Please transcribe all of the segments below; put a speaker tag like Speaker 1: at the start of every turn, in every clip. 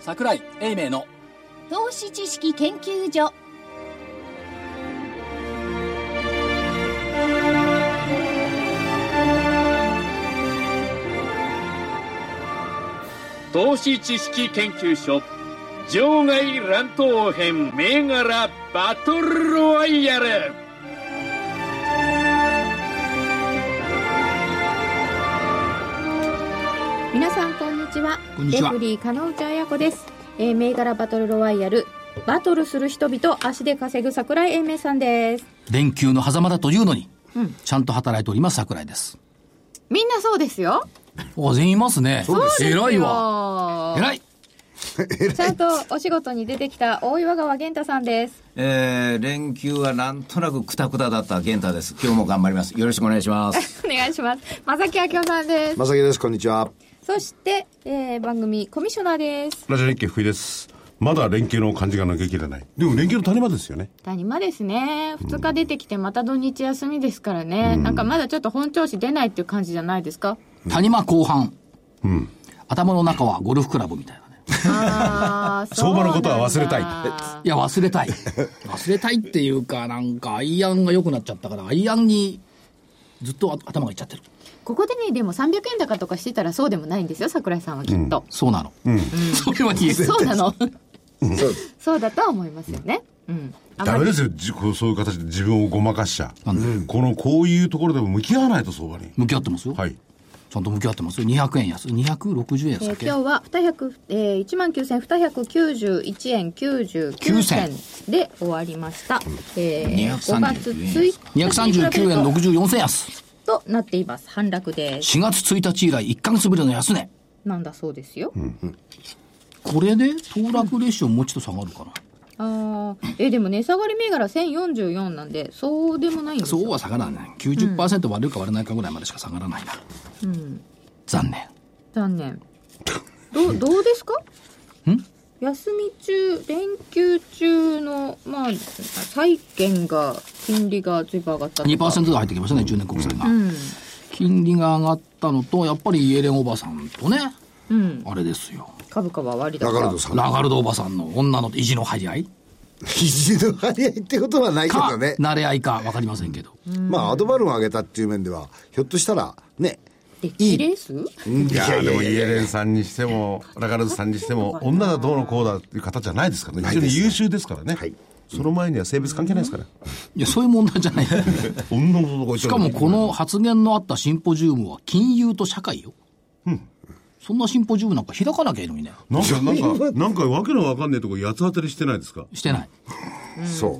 Speaker 1: 桜井英明の
Speaker 2: 投資知識研究所
Speaker 3: 投資知識研究所場外乱闘編銘柄バトルロワイヤル
Speaker 4: 皆さんこんにちは
Speaker 5: こんにちは
Speaker 4: レフリー金内彩子です、えー、銘柄バトルロワイヤルバトルする人々足で稼ぐ桜井英明さんです
Speaker 1: 連休の狭間だというのに、ちゃんと働いております桜井です
Speaker 6: みんなそうですよ。
Speaker 1: お全員いますね
Speaker 5: そうです
Speaker 1: 偉いわ
Speaker 6: わ。
Speaker 1: 偉い
Speaker 4: ちゃんとお仕事に出てきた大岩川源太さんです
Speaker 7: えー、連休はなんとなくクタクタだった玄太です。今日も頑張ります。よろしくお願いします。
Speaker 4: お願いします正木明夫さんです
Speaker 5: まさきです、こんにちは。
Speaker 4: そして、えー、番組コミッショナーです
Speaker 8: ラジオ連携福井です。まだ連携の感じが抜けきれない。でも連携の谷間ですよね。
Speaker 6: 谷間ですね。2日出てきてまた土日休みですからね。なんかまだちょっと本調子出ないっていう感じじゃないですか。
Speaker 1: 谷間後半、頭の中はゴルフクラブみたいなね
Speaker 6: ああ、そうなんだ
Speaker 8: 相場のことは忘れたい
Speaker 1: いや忘れ たい忘れたいっていうかなんかアイアンが良くなっちゃったからアイアンにずっと頭がいっちゃってる
Speaker 6: ここでね、でも300円高とかしてたらそうでもないんですよ、桜井さんはきっと。
Speaker 1: そうなの、 それは言える
Speaker 6: そうなの。
Speaker 5: そう
Speaker 6: そうだとは思いますよね。うん。あ
Speaker 8: ダ
Speaker 6: ま
Speaker 8: メ
Speaker 6: り
Speaker 8: ですよ、じこうそういう形で自分をごまかしちゃ。この、こういうところでも向き合わないと相場に。
Speaker 1: 向き合ってますよ、
Speaker 8: はい。
Speaker 1: ちゃんと向き合ってますよ200円安260円安
Speaker 4: え
Speaker 1: だっ
Speaker 4: ー、
Speaker 1: け、
Speaker 4: 今日は200、えー、1万9291円99銭で終わりました、えー、5月1日
Speaker 1: 239円64銭安
Speaker 4: となっています反落です
Speaker 1: 4月1日以来1ヶ月ぶりの安値
Speaker 4: なんだそうですよ、
Speaker 1: これで騰落レシオもうちょっと下がるかな、
Speaker 4: あーえーでも値下がり銘柄1044なんでそうでもないんですよ
Speaker 1: そうは下がらない90%割れるか割れないかぐらいまでしか下がらないな、残念
Speaker 4: 残念どうどうですか休み中連休中のまあ債券が金利が随分上がったとか
Speaker 1: 2%が入ってきましたね10年国債が、金利が上がったのとやっぱりイエレンおばさんとね、
Speaker 4: ん
Speaker 1: あれですよ
Speaker 4: 株価は割
Speaker 5: ラ
Speaker 4: 高
Speaker 5: ガルドさん。
Speaker 1: ラガルドおばさんの女の意地の張り合い
Speaker 5: 肘の張り合いってことはないけ
Speaker 1: か、
Speaker 5: どね。
Speaker 1: 慣れ合いか分かりませんけど、
Speaker 5: まあ、アドバルーンを上げたっていう面では、ひょっとしたら、ね、
Speaker 4: デッキレース
Speaker 5: い
Speaker 8: いやーでもイエレンさんにしても、ラガルズさんにして も、女がどうのこうだっていう方じゃないですからね。非常に優秀ですからね。
Speaker 5: はい
Speaker 8: その前には性別関係ないですから。
Speaker 1: いやそういう問題じゃない
Speaker 8: 女の子と
Speaker 1: しかもこの発言のあったシンポジウムは金融と社会よ、そんなシンポジウムなんか開かなきゃいいのにね
Speaker 8: なんか、なんか、なんかわけのわかんないとこ八つ当たりしてないですか
Speaker 1: してない
Speaker 5: そう。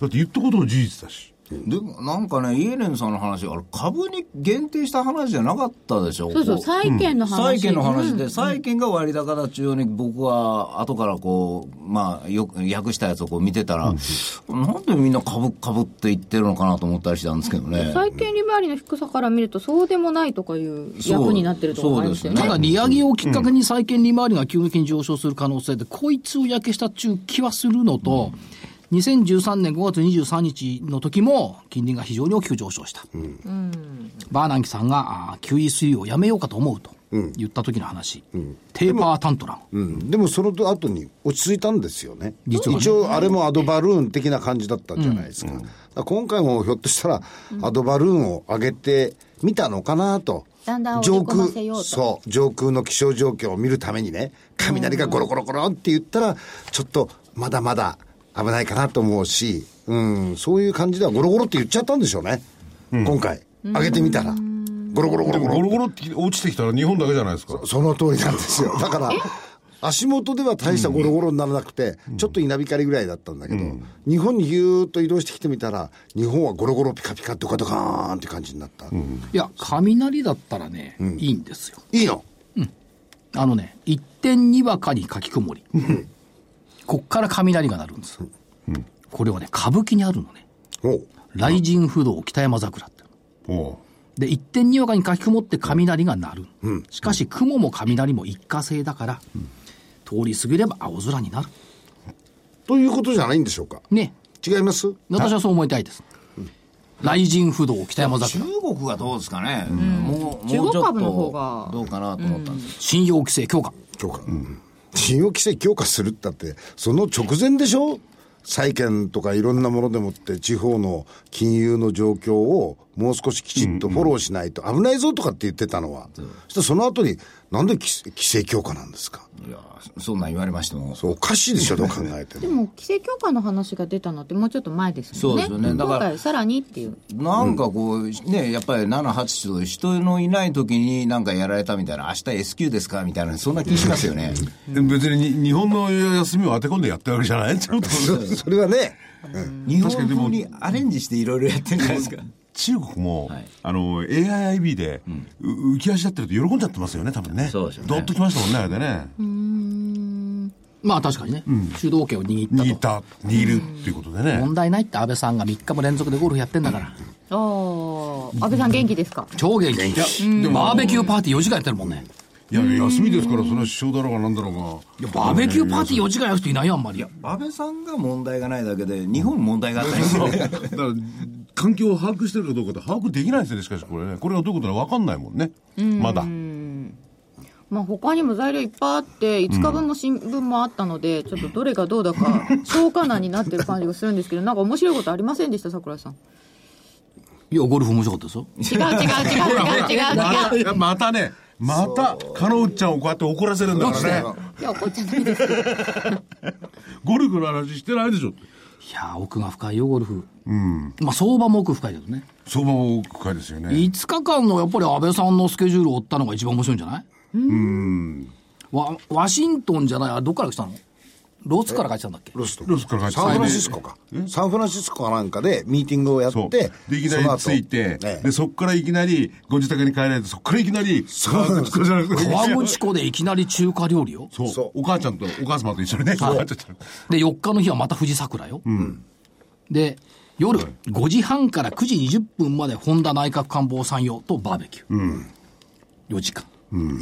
Speaker 8: だって言ったことは事実だし。
Speaker 7: でもなんかね、イエレンさんの話、あれ株に限定した話じゃなかったでしょ
Speaker 6: そうそう、
Speaker 7: こう
Speaker 6: 債券の話。
Speaker 7: 債券の話で、債券が割高だ中ように僕は後からこう、まあ、よく訳したやつをこう見てたら、なんでみんな株、株って言ってるのかなと思ったりしたんですけどね。
Speaker 4: 債券利回りの低さから見るとそうでもないとかいう役になってると思いますよね
Speaker 7: そう
Speaker 1: ただ利上げをきっかけに債券利回りが急激に上昇する可能性で、こいつを焼けしたっちゅう気はするのと、2013年5月23日の時も、金利が非常に大きく上昇した。バーナンキさんが、あー QE3 をやめようかと思うと言った時の話、テーパータントラム。
Speaker 5: うん。でも、その後に落ち着いたんですよね。
Speaker 1: 実はね
Speaker 5: 一応、あれもアドバルーン的な感じだったんじゃないですか。だから今回もひょっとしたら、アドバルーンを上げてみたのかなと。
Speaker 6: だんだん織り
Speaker 5: 上
Speaker 6: 込ま
Speaker 5: 空
Speaker 6: せようと
Speaker 5: そう上空の気象状況を見るためにね雷がゴロゴロゴロって言ったらちょっとまだまだ危ないかなと思うし、うん、そういう感じではゴロゴロって言っちゃったんでしょうね、今回上げてみたらゴロゴロゴ
Speaker 8: で
Speaker 5: ロ
Speaker 8: も
Speaker 5: ゴ
Speaker 8: ゴロ
Speaker 5: ロ
Speaker 8: ゴロって落ちてきたら日本だけじゃないですか。
Speaker 5: その通りなんです よだから足元では大したゴロゴロにならなくて、ちょっと稲光ぐらいだったんだけど、日本にぎゅーっと移動してきてみたら日本はゴロゴロピカピカドカドカーンって感じになった、
Speaker 1: いや、雷だったらね、いいんですよ。
Speaker 5: いいの
Speaker 1: あのね、一点にわかにかきこもり。こっから雷が鳴るんです。これはね、歌舞伎にあるのね。
Speaker 5: おう
Speaker 1: 雷神不動北山桜って。
Speaker 8: おう
Speaker 1: で、一点にわかにかき曇って雷が鳴る。しかし、雲も雷も一過性だから、通り過ぎれば青空になる。
Speaker 5: ということじゃないんでしょうか
Speaker 1: ね。
Speaker 5: 違います
Speaker 1: 私はそう思いたいです。雷神不動北山
Speaker 7: 中
Speaker 1: 桜。
Speaker 7: 国がどうですかね、もうもうちょ
Speaker 6: 中
Speaker 7: っ
Speaker 6: 国
Speaker 7: と
Speaker 6: 株の方が
Speaker 7: どうかなと思ったんです、
Speaker 1: 信用規制強化。
Speaker 5: そうか、信用規制強化するったって、その直前でしょ債券とかいろんなものでもって地方の金融の状況をもう少しきちっとフォローしないと危ないぞとかって言ってたのは。そしてその後になんで規制規制強化なんですか
Speaker 7: いやそそんなん言われましても
Speaker 5: そうおかしいでしょ、どう考えて
Speaker 4: で
Speaker 5: も。
Speaker 4: も規制強化の話が出たのってもうちょっと前ですもんね
Speaker 7: そうですよねだか
Speaker 4: 今
Speaker 7: ら
Speaker 4: 回さらにっていう
Speaker 7: なんかこう、ね、やっぱり7、8と人のいない時になんかやられたみたいな、明日 S q ですかみたいな、そんな気しますよね。
Speaker 8: でも別にに日本の休みを当て込んでやってるわけじゃ ないちょっと
Speaker 5: そそれはね、
Speaker 7: 日本風にアレンジしていろいろやってるんじゃないですか。
Speaker 8: 中国も、
Speaker 7: はい
Speaker 8: あの AIIB で、う浮き足立ってると喜んじゃってますよね多分ね
Speaker 7: そうですよね
Speaker 8: どっときましたもんねあれでね
Speaker 1: まあ確かにね、主導権を握ったと。
Speaker 8: 握った握るっていうことでね
Speaker 1: 問題ないって安倍さんが3日も連続でゴルフやってんだから。
Speaker 4: ああ安倍さん元気ですか
Speaker 1: 超元気。でもバーベキューパーティー4時間やってるもんね。
Speaker 8: いや休みですからそれは首相だろうがなんだろうが
Speaker 1: バーベキューパーティー4時間やる人いないよ、あんまり。
Speaker 7: 安倍さんが問題がないだけで、日本問題があったりする。
Speaker 8: だから環境を把握してるかどうかって把握できないですよねしかしこれねこれはどういうことなのか分かんないもんねまだ
Speaker 4: まあ他にも材料いっぱいあって5日分も新聞もあったので、ちょっとどれがど うだか消化難になってる感じがするんですけどなんか面白いことありませんでした桜井さん
Speaker 1: いや、ゴルフ面白かったですよ。
Speaker 4: 違う違う違う違う違う
Speaker 8: またいやまたねまたカノウちゃんをこうやって怒らせるんだからね
Speaker 4: いや怒っちゃないです
Speaker 8: ゴルフの話してないでしょって
Speaker 1: いやー、奥が深いよ、ゴルフ。まあ、相場も奥深いけどね。
Speaker 8: 相場も深いですよね
Speaker 1: 5日間のやっぱり安倍さんのスケジュールを追ったのが一番面白いんじゃないうん。わ、ワシントンじゃない、あれどっから来たのロースから帰ってたんだっけ
Speaker 5: ロスト。
Speaker 8: ロスから帰って
Speaker 5: サンフランシスコか。サンフランシスコかなんかでミーティングをやっ
Speaker 8: そう
Speaker 5: て
Speaker 8: で、いきなりついて、
Speaker 5: その後
Speaker 8: でそこからいきなりご自宅に帰られてそこからいきなり川口湖じゃなくて
Speaker 1: 川口湖でいきなり中華料理よ。
Speaker 8: そう
Speaker 5: そう
Speaker 8: お母ちゃんとお母様と一緒にねお母ちゃんと
Speaker 1: で、4日の日はまた富士桜よ。で、夜5時半から9時20分まで本田内閣官房参与とバーベキュー。4時間。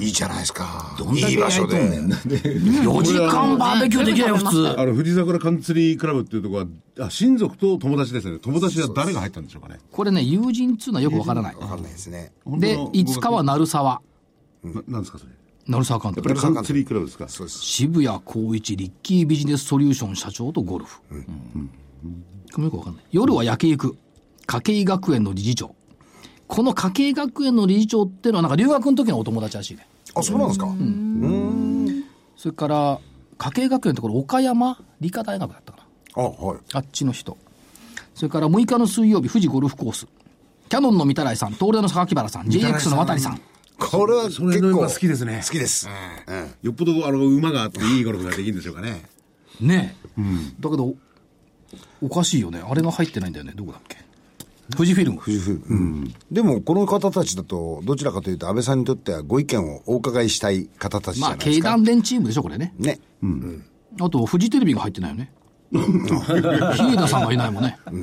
Speaker 5: いいじゃないですか。
Speaker 7: んだけ
Speaker 5: いい場所
Speaker 7: 焼いと
Speaker 5: で。
Speaker 7: んねん
Speaker 1: 4時間バーベキューできないよ、普通。
Speaker 8: あの富士桜カンツリークラブっていうところはあ親族と友達ですよね友達は誰が入ったんでしょうかね
Speaker 1: これね、友人っつうのはよくわからない。
Speaker 5: わかんないですね。
Speaker 1: で、
Speaker 8: 本当の
Speaker 1: 5日は鳴沢。
Speaker 8: ななんですかそれ
Speaker 1: 鳴沢監督。
Speaker 8: カンツリークラブですか
Speaker 5: そうです。
Speaker 1: 渋谷光一リッキービジネスソリューション社長とゴルフ、これもよくわかんない夜は焼き肉筧学園の理事長この筧学園の理事長っていうのはなんか留学の時のお友達らしいね
Speaker 5: あ、そうなんですか。
Speaker 1: それから筧学園ってこれ岡山理科大学だったかな
Speaker 5: あ、はい。
Speaker 1: あっちの人それから6日の水曜日富士ゴルフコースキャノンの三田来さん東レの榊原さん JX の渡さん
Speaker 5: これは結
Speaker 8: それの
Speaker 5: 構
Speaker 8: 馬好きですね
Speaker 5: 好きです。
Speaker 8: よっぽどあの馬があっていいゴルフができるんでしょうかね
Speaker 1: ねえ、だけどおかしいよねあれが入ってないんだよねどこだっけ富士フィルム
Speaker 5: うんうんでも、この方たちだと、どちらかというと、安倍さんにとってはご意見をお伺いしたい方たちじゃ
Speaker 1: ま
Speaker 5: な
Speaker 1: あ、
Speaker 5: いです
Speaker 1: 経
Speaker 5: か。
Speaker 1: 団連チームでしょ、これね。
Speaker 5: ね。
Speaker 1: あと、フジテレビが入ってないよ ね。日枝さんがいないもんね。
Speaker 8: うん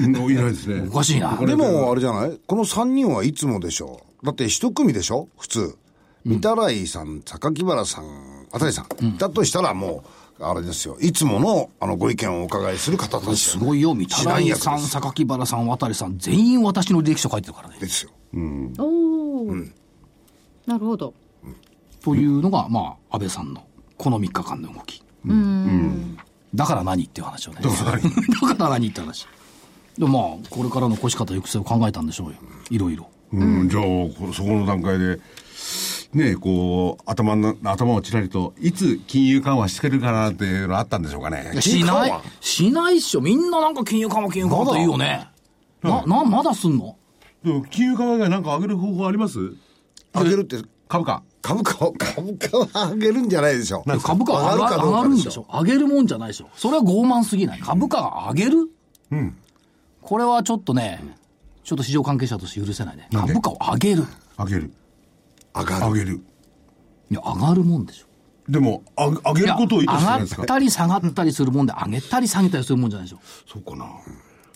Speaker 8: いないですね
Speaker 1: おかしいな。
Speaker 5: でも、あれじゃないこの3人はいつもでしょう。だって一組でしょ普通。三田来さん、榊原さん、あたりさん。だとしたらもう、あれですよ。いつもの、あの、ご意見をお伺いする方たちですすよね。
Speaker 1: ごいよ、三田
Speaker 5: 知らん
Speaker 1: 来
Speaker 5: やつ
Speaker 1: さん、榊原さん、渡さん、全員私の履歴書書いてるからね。
Speaker 5: ですよ。
Speaker 4: お お、なるほど
Speaker 1: というのが、まあ、安倍さんの、この3日間の動き。だから何っていう話をね。だから何って話。でもまあ、これからの越し方、行く末を考えたんでしょうよ。いろいろ。
Speaker 8: うん、じゃあこそこの段階でねこう頭の頭をちらりといつ金融緩和してくれるかなっていうのあったんでしょうかね
Speaker 1: しな
Speaker 5: 金融緩
Speaker 1: い
Speaker 5: 和、
Speaker 1: しないっしょ。みんななんか金融緩和、金融緩和と言うよね。な、な、まだすんの
Speaker 8: でも金融緩和以外なんか上げる方法あります
Speaker 5: 上げるって、
Speaker 8: 株価
Speaker 5: 株価を、株価は上げるんじゃないでしょう。
Speaker 1: 株価は上がる上がるんでしょ。上げるもんじゃないでしょ。それは傲慢すぎない。株価が上げる、これはちょっとね、ちょっと市場関係者として許せないね。
Speaker 8: なんで
Speaker 1: 株価を上げる。
Speaker 8: 上げる
Speaker 5: 上が
Speaker 8: 上
Speaker 5: る。
Speaker 8: げる
Speaker 1: いや、上がるもんでしょ。
Speaker 8: でもあ上げ
Speaker 1: い
Speaker 8: る
Speaker 1: や
Speaker 8: ことを意
Speaker 1: 上
Speaker 8: 図してな
Speaker 1: が
Speaker 8: い
Speaker 1: っ
Speaker 8: ですか
Speaker 1: たり下がったりするもんで、上げたり下げたりするもんじゃないでしょ。
Speaker 8: そうかな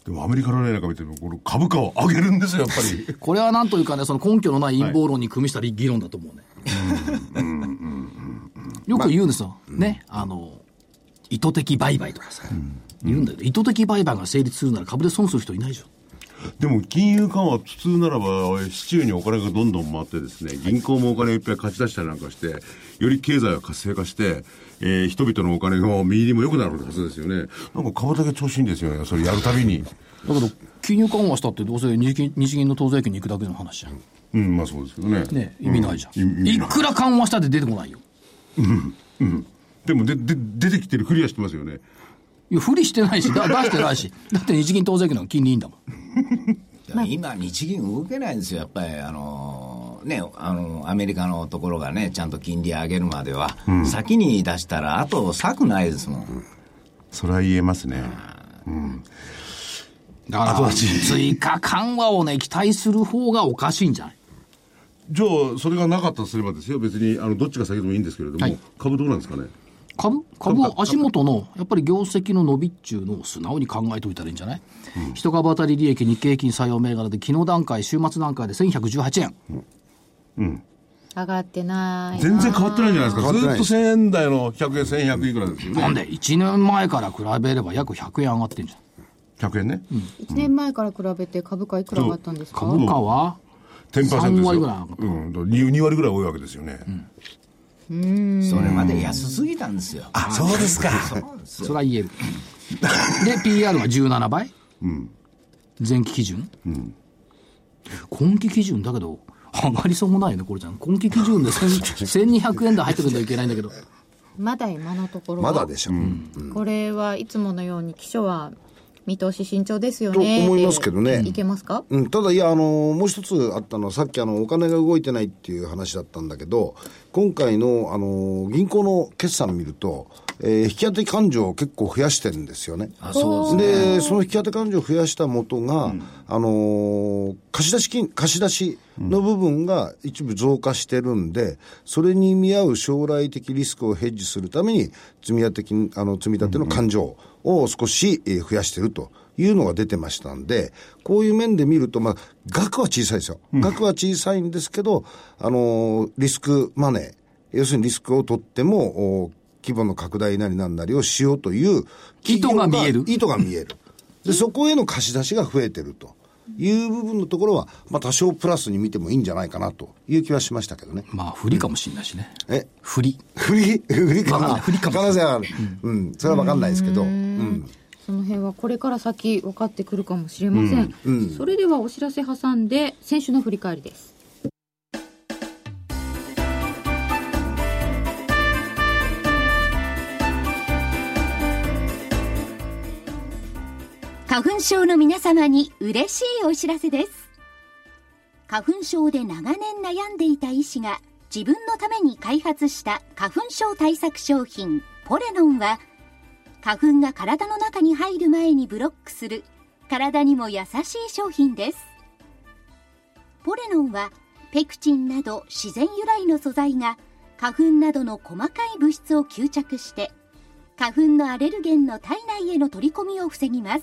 Speaker 8: でもアメリカの例なんか見てもこの株価を上げるんですよやっぱり
Speaker 1: これはなんというかね、その根拠のない陰謀論に組みしたり議論だと思うね。よく言うんですよ。ね。あの、意図的売買とかさ。言うんだけど、意図的売買が成立するなら株で損する人いないでしょ。
Speaker 9: でも金融緩和、普通ならば、市中にお金がどんどん回ってですね、銀行もお金をいっぱい貸し出したりなんかして、より経済が活性化して、えー人々のお金が右にも良くなるはずですよね。なんか株だけ調子いいんですよね、それやるたび に。
Speaker 1: だけど、金融緩和したってどうせ日銀日銀の党税金に行くだけの話じゃん。
Speaker 9: うん、まあそうですけどね。
Speaker 1: ね意味ないじゃん。
Speaker 9: うん意味
Speaker 1: い
Speaker 9: ない
Speaker 1: くら緩和したって出てこないよ。
Speaker 9: でもで、で、出てきてるクリアしてますよね。
Speaker 1: いや、不利してないし、だ出してないし。だって日銀党税金の方が金利いいんだもん。
Speaker 7: いや今、日銀動けないんですよ、やっぱり、あのね、あのアメリカのところがね、ちゃんと金利上げるまでは、先に出したら、あと策ないですもん。
Speaker 9: それは言えますね。
Speaker 1: だから、追加緩和をね、期待する方がおかしいんじゃない
Speaker 9: じゃあ、それがなかったとすればですよ、別に、あの、どっちが先でもいいんですけれども、
Speaker 1: はい
Speaker 9: 株どうなんですかね。
Speaker 1: 株株は足元の、やっぱり業績の伸びっちゅうのを素直に考えておいたらいいんじゃない、一株当たり利益、日経平均採用銘柄で、昨日段階、週末段階で1118円。
Speaker 4: 上がってない
Speaker 9: 全然変わってないじゃないですか。
Speaker 5: 変わっ
Speaker 9: ず
Speaker 5: て
Speaker 9: っ
Speaker 5: ない
Speaker 9: と1000円台の100円、1100いくらですよ
Speaker 1: なん
Speaker 9: ね。
Speaker 1: で、1年前から比べれば約100円上がってんじゃん。
Speaker 9: 100円ね。
Speaker 4: 1年前から比べて株価いくら上がったんですか
Speaker 1: 株価は、
Speaker 9: 10%ですよ。
Speaker 1: 3割ぐらい上がった
Speaker 9: うん。だから 2, 割ぐらい多いわけですよね。
Speaker 7: それまで安すぎたんですよ。あ、そうですか。そうなんです
Speaker 1: それ
Speaker 7: よ。
Speaker 1: は言える。で、PR は17倍、前期基準、今期基準だけど、上がりそうもないよね、これじゃん。今期基準で1000 1200円台入ってくるといけないんだけど。
Speaker 4: まだ今のところは
Speaker 5: まだでしょ。
Speaker 4: これはいつものように秘書は見通し慎重ですよね
Speaker 5: と思いますけどね
Speaker 4: でいけますか、
Speaker 5: うん、ただ、いや、あの、もう一つあったのは、さっき、あの、お金が動いてないっていう話だったんだけど、今回の、あの、銀行の決算見ると、えー引き当て勘定を結構増やしてるんですよね。
Speaker 7: あ、そうですね。
Speaker 5: で、その引き当て勘定を増やした元が、あのー貸し出し金、貸し出しの部分が一部増加してるんで、それに見合う将来的リスクをヘッジするために、積み立て金、あの、積み立ての勘定を少しえー増やしてるというのが出てましたんで、こういう面で見ると、まあ、額は小さいですよ。額は小さいんですけど、あのーリスクマネー、要するにリスクを取っても、お規模の拡大なりなんなりをしようという企業
Speaker 1: 意図が見える
Speaker 5: 意図が見える。で、そこへの貸し出しが増えてるという部分のところは、まあ多少プラスに見てもいいんじゃないかなという気はしましたけどね。
Speaker 1: まあ、不利かもしれないしね。
Speaker 5: え
Speaker 1: 不利。
Speaker 5: 振り、振りか
Speaker 1: わかんな
Speaker 5: ない
Speaker 1: 振りかも
Speaker 5: 可能性はある。うん。それはわかんないですけど。うん。
Speaker 4: その辺はこれから先分かってくるかもしれません、それではお知らせ挟んで先週の振り返りです
Speaker 2: 花粉症の皆様に嬉しいお知らせです。花粉症で長年悩んでいた医師が自分のために開発した花粉症対策商品ポレノンは花粉が体の中に入る前にブロックする体にも優しい商品です。ポレノンはペクチンなど自然由来の素材が花粉などの細かい物質を吸着して花粉のアレルゲンの体内への取り込みを防ぎます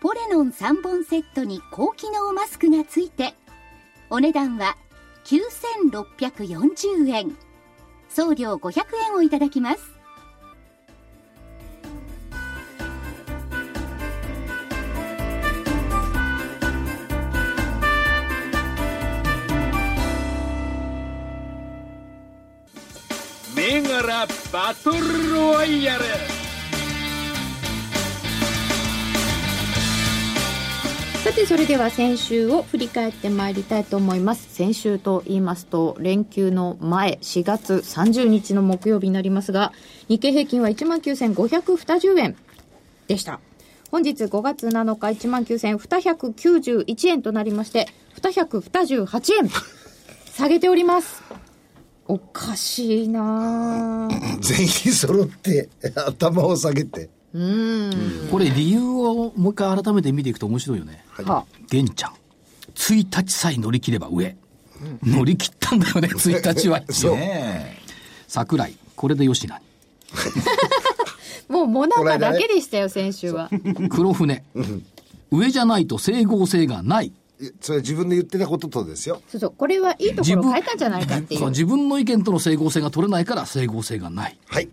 Speaker 2: ポレノン3本セットに高機能マスクがついてお値段は9640円送料500円をいただきます
Speaker 3: 銘柄バトルロワイヤル
Speaker 4: さてそれでは先週を振り返ってまいりたいと思います先週と言いますと連休の前4月30日の木曜日になりますが日経平均は19,520円でした本日5月7日19,291円となりまして228円下げておりますおかしいなぁ
Speaker 5: 全員揃って、頭を下げて。
Speaker 1: これ理由をもう一回改めて見ていくと面白いよね。
Speaker 4: は
Speaker 1: 玄ちゃん。 1日さえ乗り切れば上。乗り切ったんだよね、1日は。
Speaker 7: ねえ
Speaker 1: 桜井、これで吉な
Speaker 4: もうモナ
Speaker 5: これ
Speaker 4: カ
Speaker 5: だ
Speaker 4: だ
Speaker 5: ね
Speaker 4: けでしたよ、先週は。
Speaker 1: に。黒船。上じゃないと整合性がない。
Speaker 5: それ自分で言ってたこととですよ。
Speaker 4: そうそう、これはいいところを変えたんじゃないかってい
Speaker 1: そう
Speaker 4: う。
Speaker 1: 自分の意見との整合性が取れないから整合性がない。
Speaker 5: はい。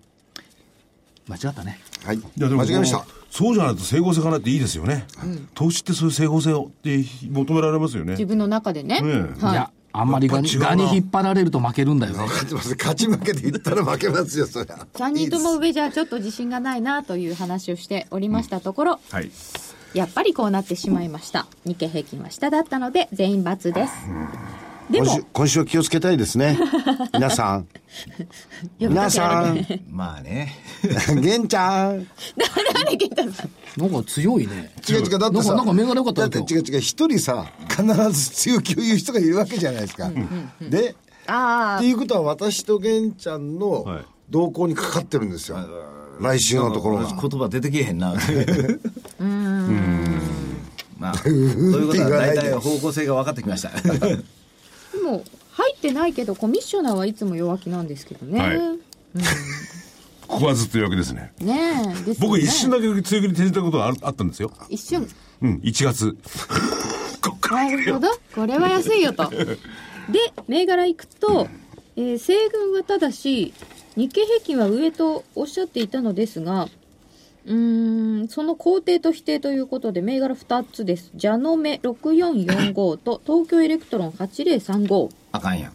Speaker 1: 間違ったね。
Speaker 5: はい。
Speaker 8: いやでも
Speaker 5: 間違えまし
Speaker 8: こ
Speaker 5: た。
Speaker 8: うそうじゃないと整合性がないっていいですよね、投資ってそういう整合性をって求められますよね
Speaker 4: 自分の中でね。
Speaker 8: え
Speaker 1: い、や、あんまりガに
Speaker 8: やっぱ違
Speaker 1: ガ
Speaker 8: うな
Speaker 1: に引っ張られると負けるんだよね。
Speaker 5: 勝ちます勝ち負けで言ったら負けますよ、そりゃ。
Speaker 4: 3人とも上じゃちょっと自信がないなという話をしておりましたところ、
Speaker 8: はい
Speaker 4: やっぱりこうなってしまいました。日経平均は下だったので、全員×です。で
Speaker 5: 今
Speaker 4: も
Speaker 5: 週、今週は気をつけたいで すね。皆さん。
Speaker 4: 呼び
Speaker 5: 皆
Speaker 4: かけら
Speaker 5: さ
Speaker 4: れ
Speaker 5: ん。
Speaker 7: まあね
Speaker 5: 玄ちゃん。違
Speaker 1: なんか強いね。
Speaker 5: う違う、だってさ。
Speaker 1: なんかなんか銘柄良かった
Speaker 5: だ
Speaker 1: よ
Speaker 5: って違う違う、一人さ、必ず強気を言う人がいるわけじゃないですか。で、
Speaker 4: ああ
Speaker 5: って、いうことは私と玄ちゃんの動向にかかってるんですよ。来週のところが。
Speaker 7: 言葉出てけえへんなうーんまあということは大体方向性が分かってきました
Speaker 4: でも、入ってないけど、コミッショナーはいつも弱気なんですけどね。
Speaker 8: はいここはずっとわけですね
Speaker 4: ねえ、ですよね
Speaker 8: 僕一瞬だけ強気に転じたことがあるあったんですよ
Speaker 4: 一瞬。
Speaker 8: うん1月 こっから
Speaker 4: なるほど。これは安いよと。で、銘柄いくと、えー西軍はただし、日経平均は上とおっしゃっていたのですが、うーん、その肯定と否定ということで、銘柄2つです。ジャノメ6445と東京エレクトロン8035。
Speaker 7: あかんやん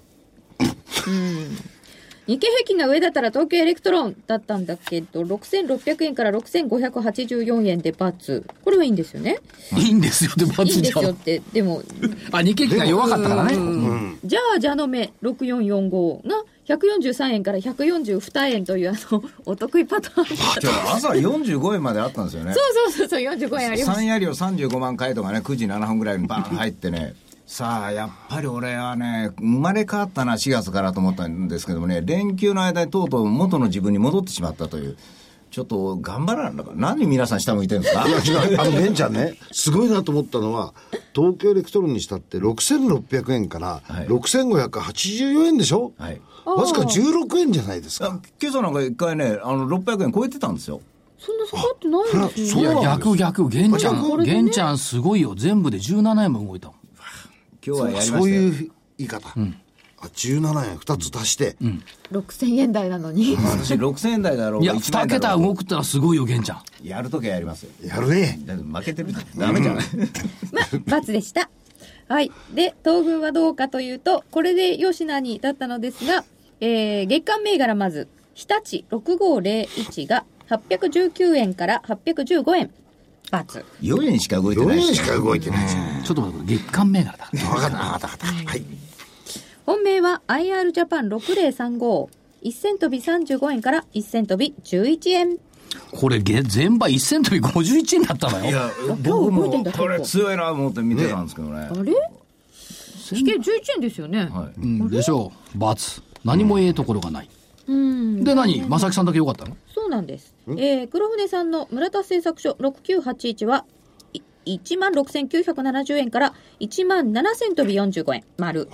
Speaker 4: 日経平均が上だったら東京エレクトロンだったんだけど、6600円から6584円で×。これはいいんですよね。
Speaker 1: いいんですよってバ
Speaker 4: いい
Speaker 1: ツ
Speaker 4: んで
Speaker 1: じ
Speaker 4: す
Speaker 1: ゃ
Speaker 4: よっ
Speaker 1: ん。
Speaker 4: て、でも、
Speaker 1: あ、日経機が弱かったからね。
Speaker 4: じゃあ、じゃのめ6445が143円から142円というあの、 お得意パターン。そう
Speaker 7: 今日朝45円まであったんですよね
Speaker 4: そうそうそう、45円あります。
Speaker 7: 三夜料35万回とかね9時7分ぐらいにバーン入ってねさあやっぱり俺はね生まれ変わったな4月からと思ったんですけどもね連休の間にとうとう元の自分に戻ってしまったというちょっと頑張らんのか何皆さん下向いてる んですか
Speaker 5: 違うあのベンちゃんねすごいなと思ったのは東京エレクトロンにしたって6600円から
Speaker 7: はい
Speaker 5: 6584円でしょ、
Speaker 7: はい
Speaker 5: わずか16円じゃないですか
Speaker 7: あ今朝なんか一回ねあの600円超えてたんですよ
Speaker 4: そんな下がってないんですよ。
Speaker 1: いや、
Speaker 5: なんで
Speaker 1: 逆
Speaker 5: す
Speaker 1: 逆。玄ちゃ
Speaker 5: 逆
Speaker 1: ん、玄ちゃんすごいよ。全部で17円も動いたもん。
Speaker 7: 今日はやりましたよ
Speaker 5: そういう言い方、あ17円2つ足して、
Speaker 4: 6000円台なのに。
Speaker 7: 私6000円台だろう
Speaker 1: いや、
Speaker 7: 1
Speaker 1: 2
Speaker 7: 万円だ
Speaker 1: 桁
Speaker 7: ろう
Speaker 1: 動くったらすごいよ、玄ちゃん。
Speaker 7: やるときはやりますよ
Speaker 5: やるね
Speaker 7: だって負けてるじゃんダメじゃない
Speaker 4: まあ、×でした。はい。で、東軍はどうかというと、これで吉名にだったのですが、えー、月間銘柄まず、日立6501が819円から815円。×。
Speaker 7: 4円しか動いて
Speaker 5: 4
Speaker 7: ない
Speaker 5: 円しか動いてないじゃん
Speaker 1: ちょっと待って、月間銘柄だ。
Speaker 5: 分かった分かった分かった、はい
Speaker 4: 本命は IR ジャパン6035。1000飛び35円から1000飛び11円。
Speaker 1: これ、げ全場1000飛び51円だったの
Speaker 7: い
Speaker 1: よ。
Speaker 7: や
Speaker 4: 今日
Speaker 7: 僕
Speaker 4: 動いて
Speaker 7: も
Speaker 4: んだ
Speaker 7: これ強いなと思って見てたんですけどね
Speaker 4: あれ引け11円ですよね。
Speaker 7: はい
Speaker 1: うん、でしょう。バツ。何もええところがない。
Speaker 4: うん。
Speaker 1: で、何正木さんだけ良かったの
Speaker 4: そうなんです。えー、黒船さんの村田製作所6981は、1万6970円から1万7000飛び45円。丸。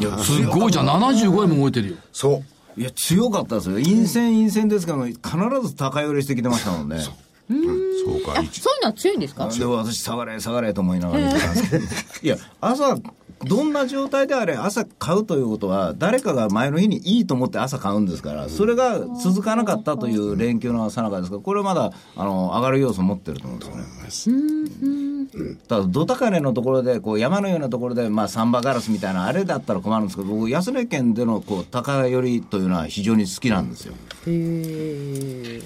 Speaker 7: いや
Speaker 1: すごいじゃん。75円も動いてるよ。
Speaker 5: そう
Speaker 7: いや強かったですよ陰線陰線ですけども必ず高寄りしてきてましたもんね
Speaker 8: そうか一
Speaker 4: そういうのは強いんですか
Speaker 7: で私下がれ下がれと思いながら見てたんですけどいや朝どんな状態であれ朝買うということは誰かが前の日にいいと思って朝買うんですからそれが続かなかったという連休のさなかですからこれまだあの上がる要素持ってると思うんですよねただド高値のところでこう山のようなところでまあサンバガラスみたいなあれだったら困るんですけど僕安値県でのこう高寄りというのは非常に好きなんですよ
Speaker 4: へー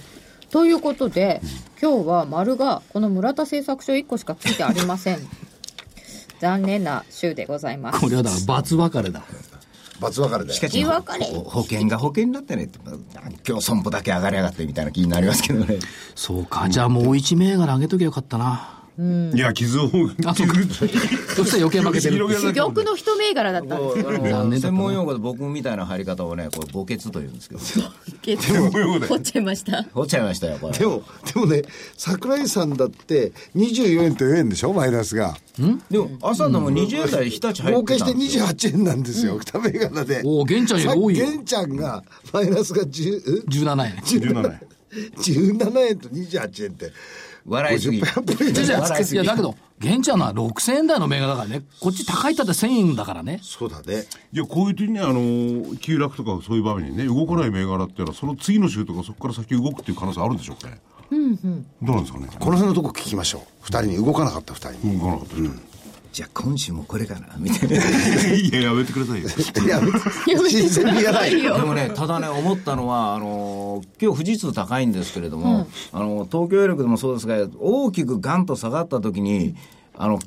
Speaker 4: ということで、今日は丸がこの村田製作所1個しかついてありません残念な週でございます
Speaker 1: これはだから、バツ別れだ。
Speaker 5: 罰分かれだよ
Speaker 7: しかし
Speaker 4: 言い訳ね
Speaker 7: ほ保険が保険になってねって今日損保だけ上がりやがってみたいな気になりますけどね
Speaker 1: そうか。じゃあもう1銘柄上げときゃよかったな。
Speaker 8: いや、傷を負う。
Speaker 1: あそうかそしたら余計負けてる。
Speaker 8: 広げなきゃ
Speaker 4: 玉の一銘柄だったんですよ。
Speaker 1: 残念だったな
Speaker 7: 専門用語で僕みたいな貼り方をね、これ、墓穴というんです けど、
Speaker 4: 結構掘っちゃいました。
Speaker 7: 掘っちゃいましたよ、これ。
Speaker 5: でも、でもね、桜井さんだって24円と4円でしょマイナスが。
Speaker 7: でも、朝でも20円台日立入
Speaker 5: 合
Speaker 7: って
Speaker 5: 計したて
Speaker 7: んですよ。
Speaker 5: 28円なんですよ。二銘柄で。
Speaker 1: おー玄ちゃんより多いよ
Speaker 5: さ玄ちゃんが、マイナスが10、
Speaker 1: 17円。
Speaker 8: 17円。
Speaker 5: 17円と28円って。
Speaker 7: 笑いすぎ。
Speaker 1: じゃじ
Speaker 7: 笑いす
Speaker 1: い
Speaker 7: ぎ
Speaker 1: や、だけど、現地はな、6000円台の銘柄だからね。こっち高いったって1000円だからね。
Speaker 5: そうだね。
Speaker 8: いや、こういう時にね、あの、急落とかそういう場面にね、動かない銘柄っていうのは、その次の週とかそこから先動くっていう可能性あるんでしょうかね。どうなんですかね。
Speaker 5: この辺のとこ聞きましょう。二人に動かなかった二人に。
Speaker 8: 動かなかったですね
Speaker 7: じゃあ、今週もこれかな、みたいな。
Speaker 8: いや、やめてくだ さいよ。
Speaker 5: やめて、新鮮にやらない。
Speaker 7: でもね、ただね、思ったのは、あの今日富士通高いんですけれども、あの東京力でもそうですが、大きくガンと下がったときに、あの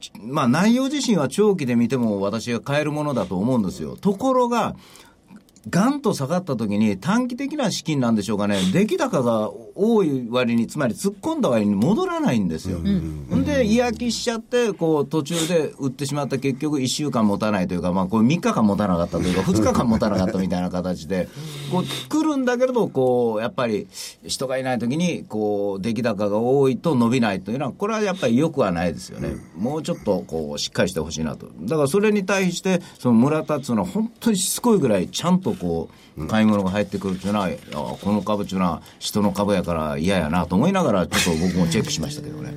Speaker 7: ちまあ、内容自身は長期で見ても、私は買えるものだと思うんですよ。ところがガンと下がったときに、短期的な資金なんでしょうかね、出来高が多い割に、つまり突っ込んだ割に戻らないんですよ。んで、嫌気しちゃって、こう途中で売ってしまった、結局1週間持たないというか、まあ、これ3日間持たなかったというか、2日間持たなかったみたいな形で、こう来るんだけれど、こうやっぱり人がいないときに、こう出来高が多いと伸びないというのは、これはやっぱり良くはないですよね。もうちょっとこうしっかりしてほしいなと。だからそれに対して、その村田っていうのは本当にしつこいぐらいちゃんとこう、買い物が入ってくるっていうのは、あこの株っていうのは人の株やから嫌やなと思いながら、ちょっと僕もチェックしましたけどね。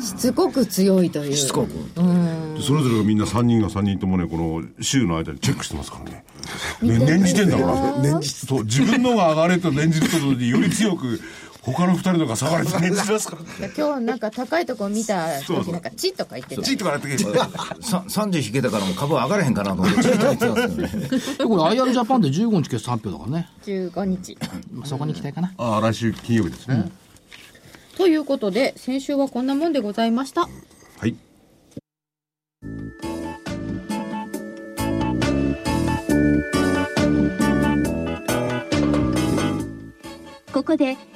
Speaker 4: しつこく強いという。
Speaker 7: しつこく。
Speaker 8: でそれぞれがみんな3人が3人ともね、この週の間にチェックしてますからね。ね念じてんだから。念じそう、自分のが上がれと念じることにより強く、他の2人のが下がれと念じますからね。
Speaker 4: 今日なんか高いとこ見た
Speaker 8: そう
Speaker 4: 時
Speaker 8: そう
Speaker 4: なんかチッとか言ってた。
Speaker 8: チートからやってくれ。
Speaker 7: さ30引けたからもう株上がれへんかなと思って、ちょっと言ってたんですけど
Speaker 1: で、
Speaker 7: ね。
Speaker 1: これ IR ジャパンで15日決算発表だからね。
Speaker 4: 15日。
Speaker 1: まあそこに期待かな。
Speaker 8: ああ、来週金曜日ですね。
Speaker 4: ということで、先週はこんなもんでございました。
Speaker 8: はい。
Speaker 2: ここで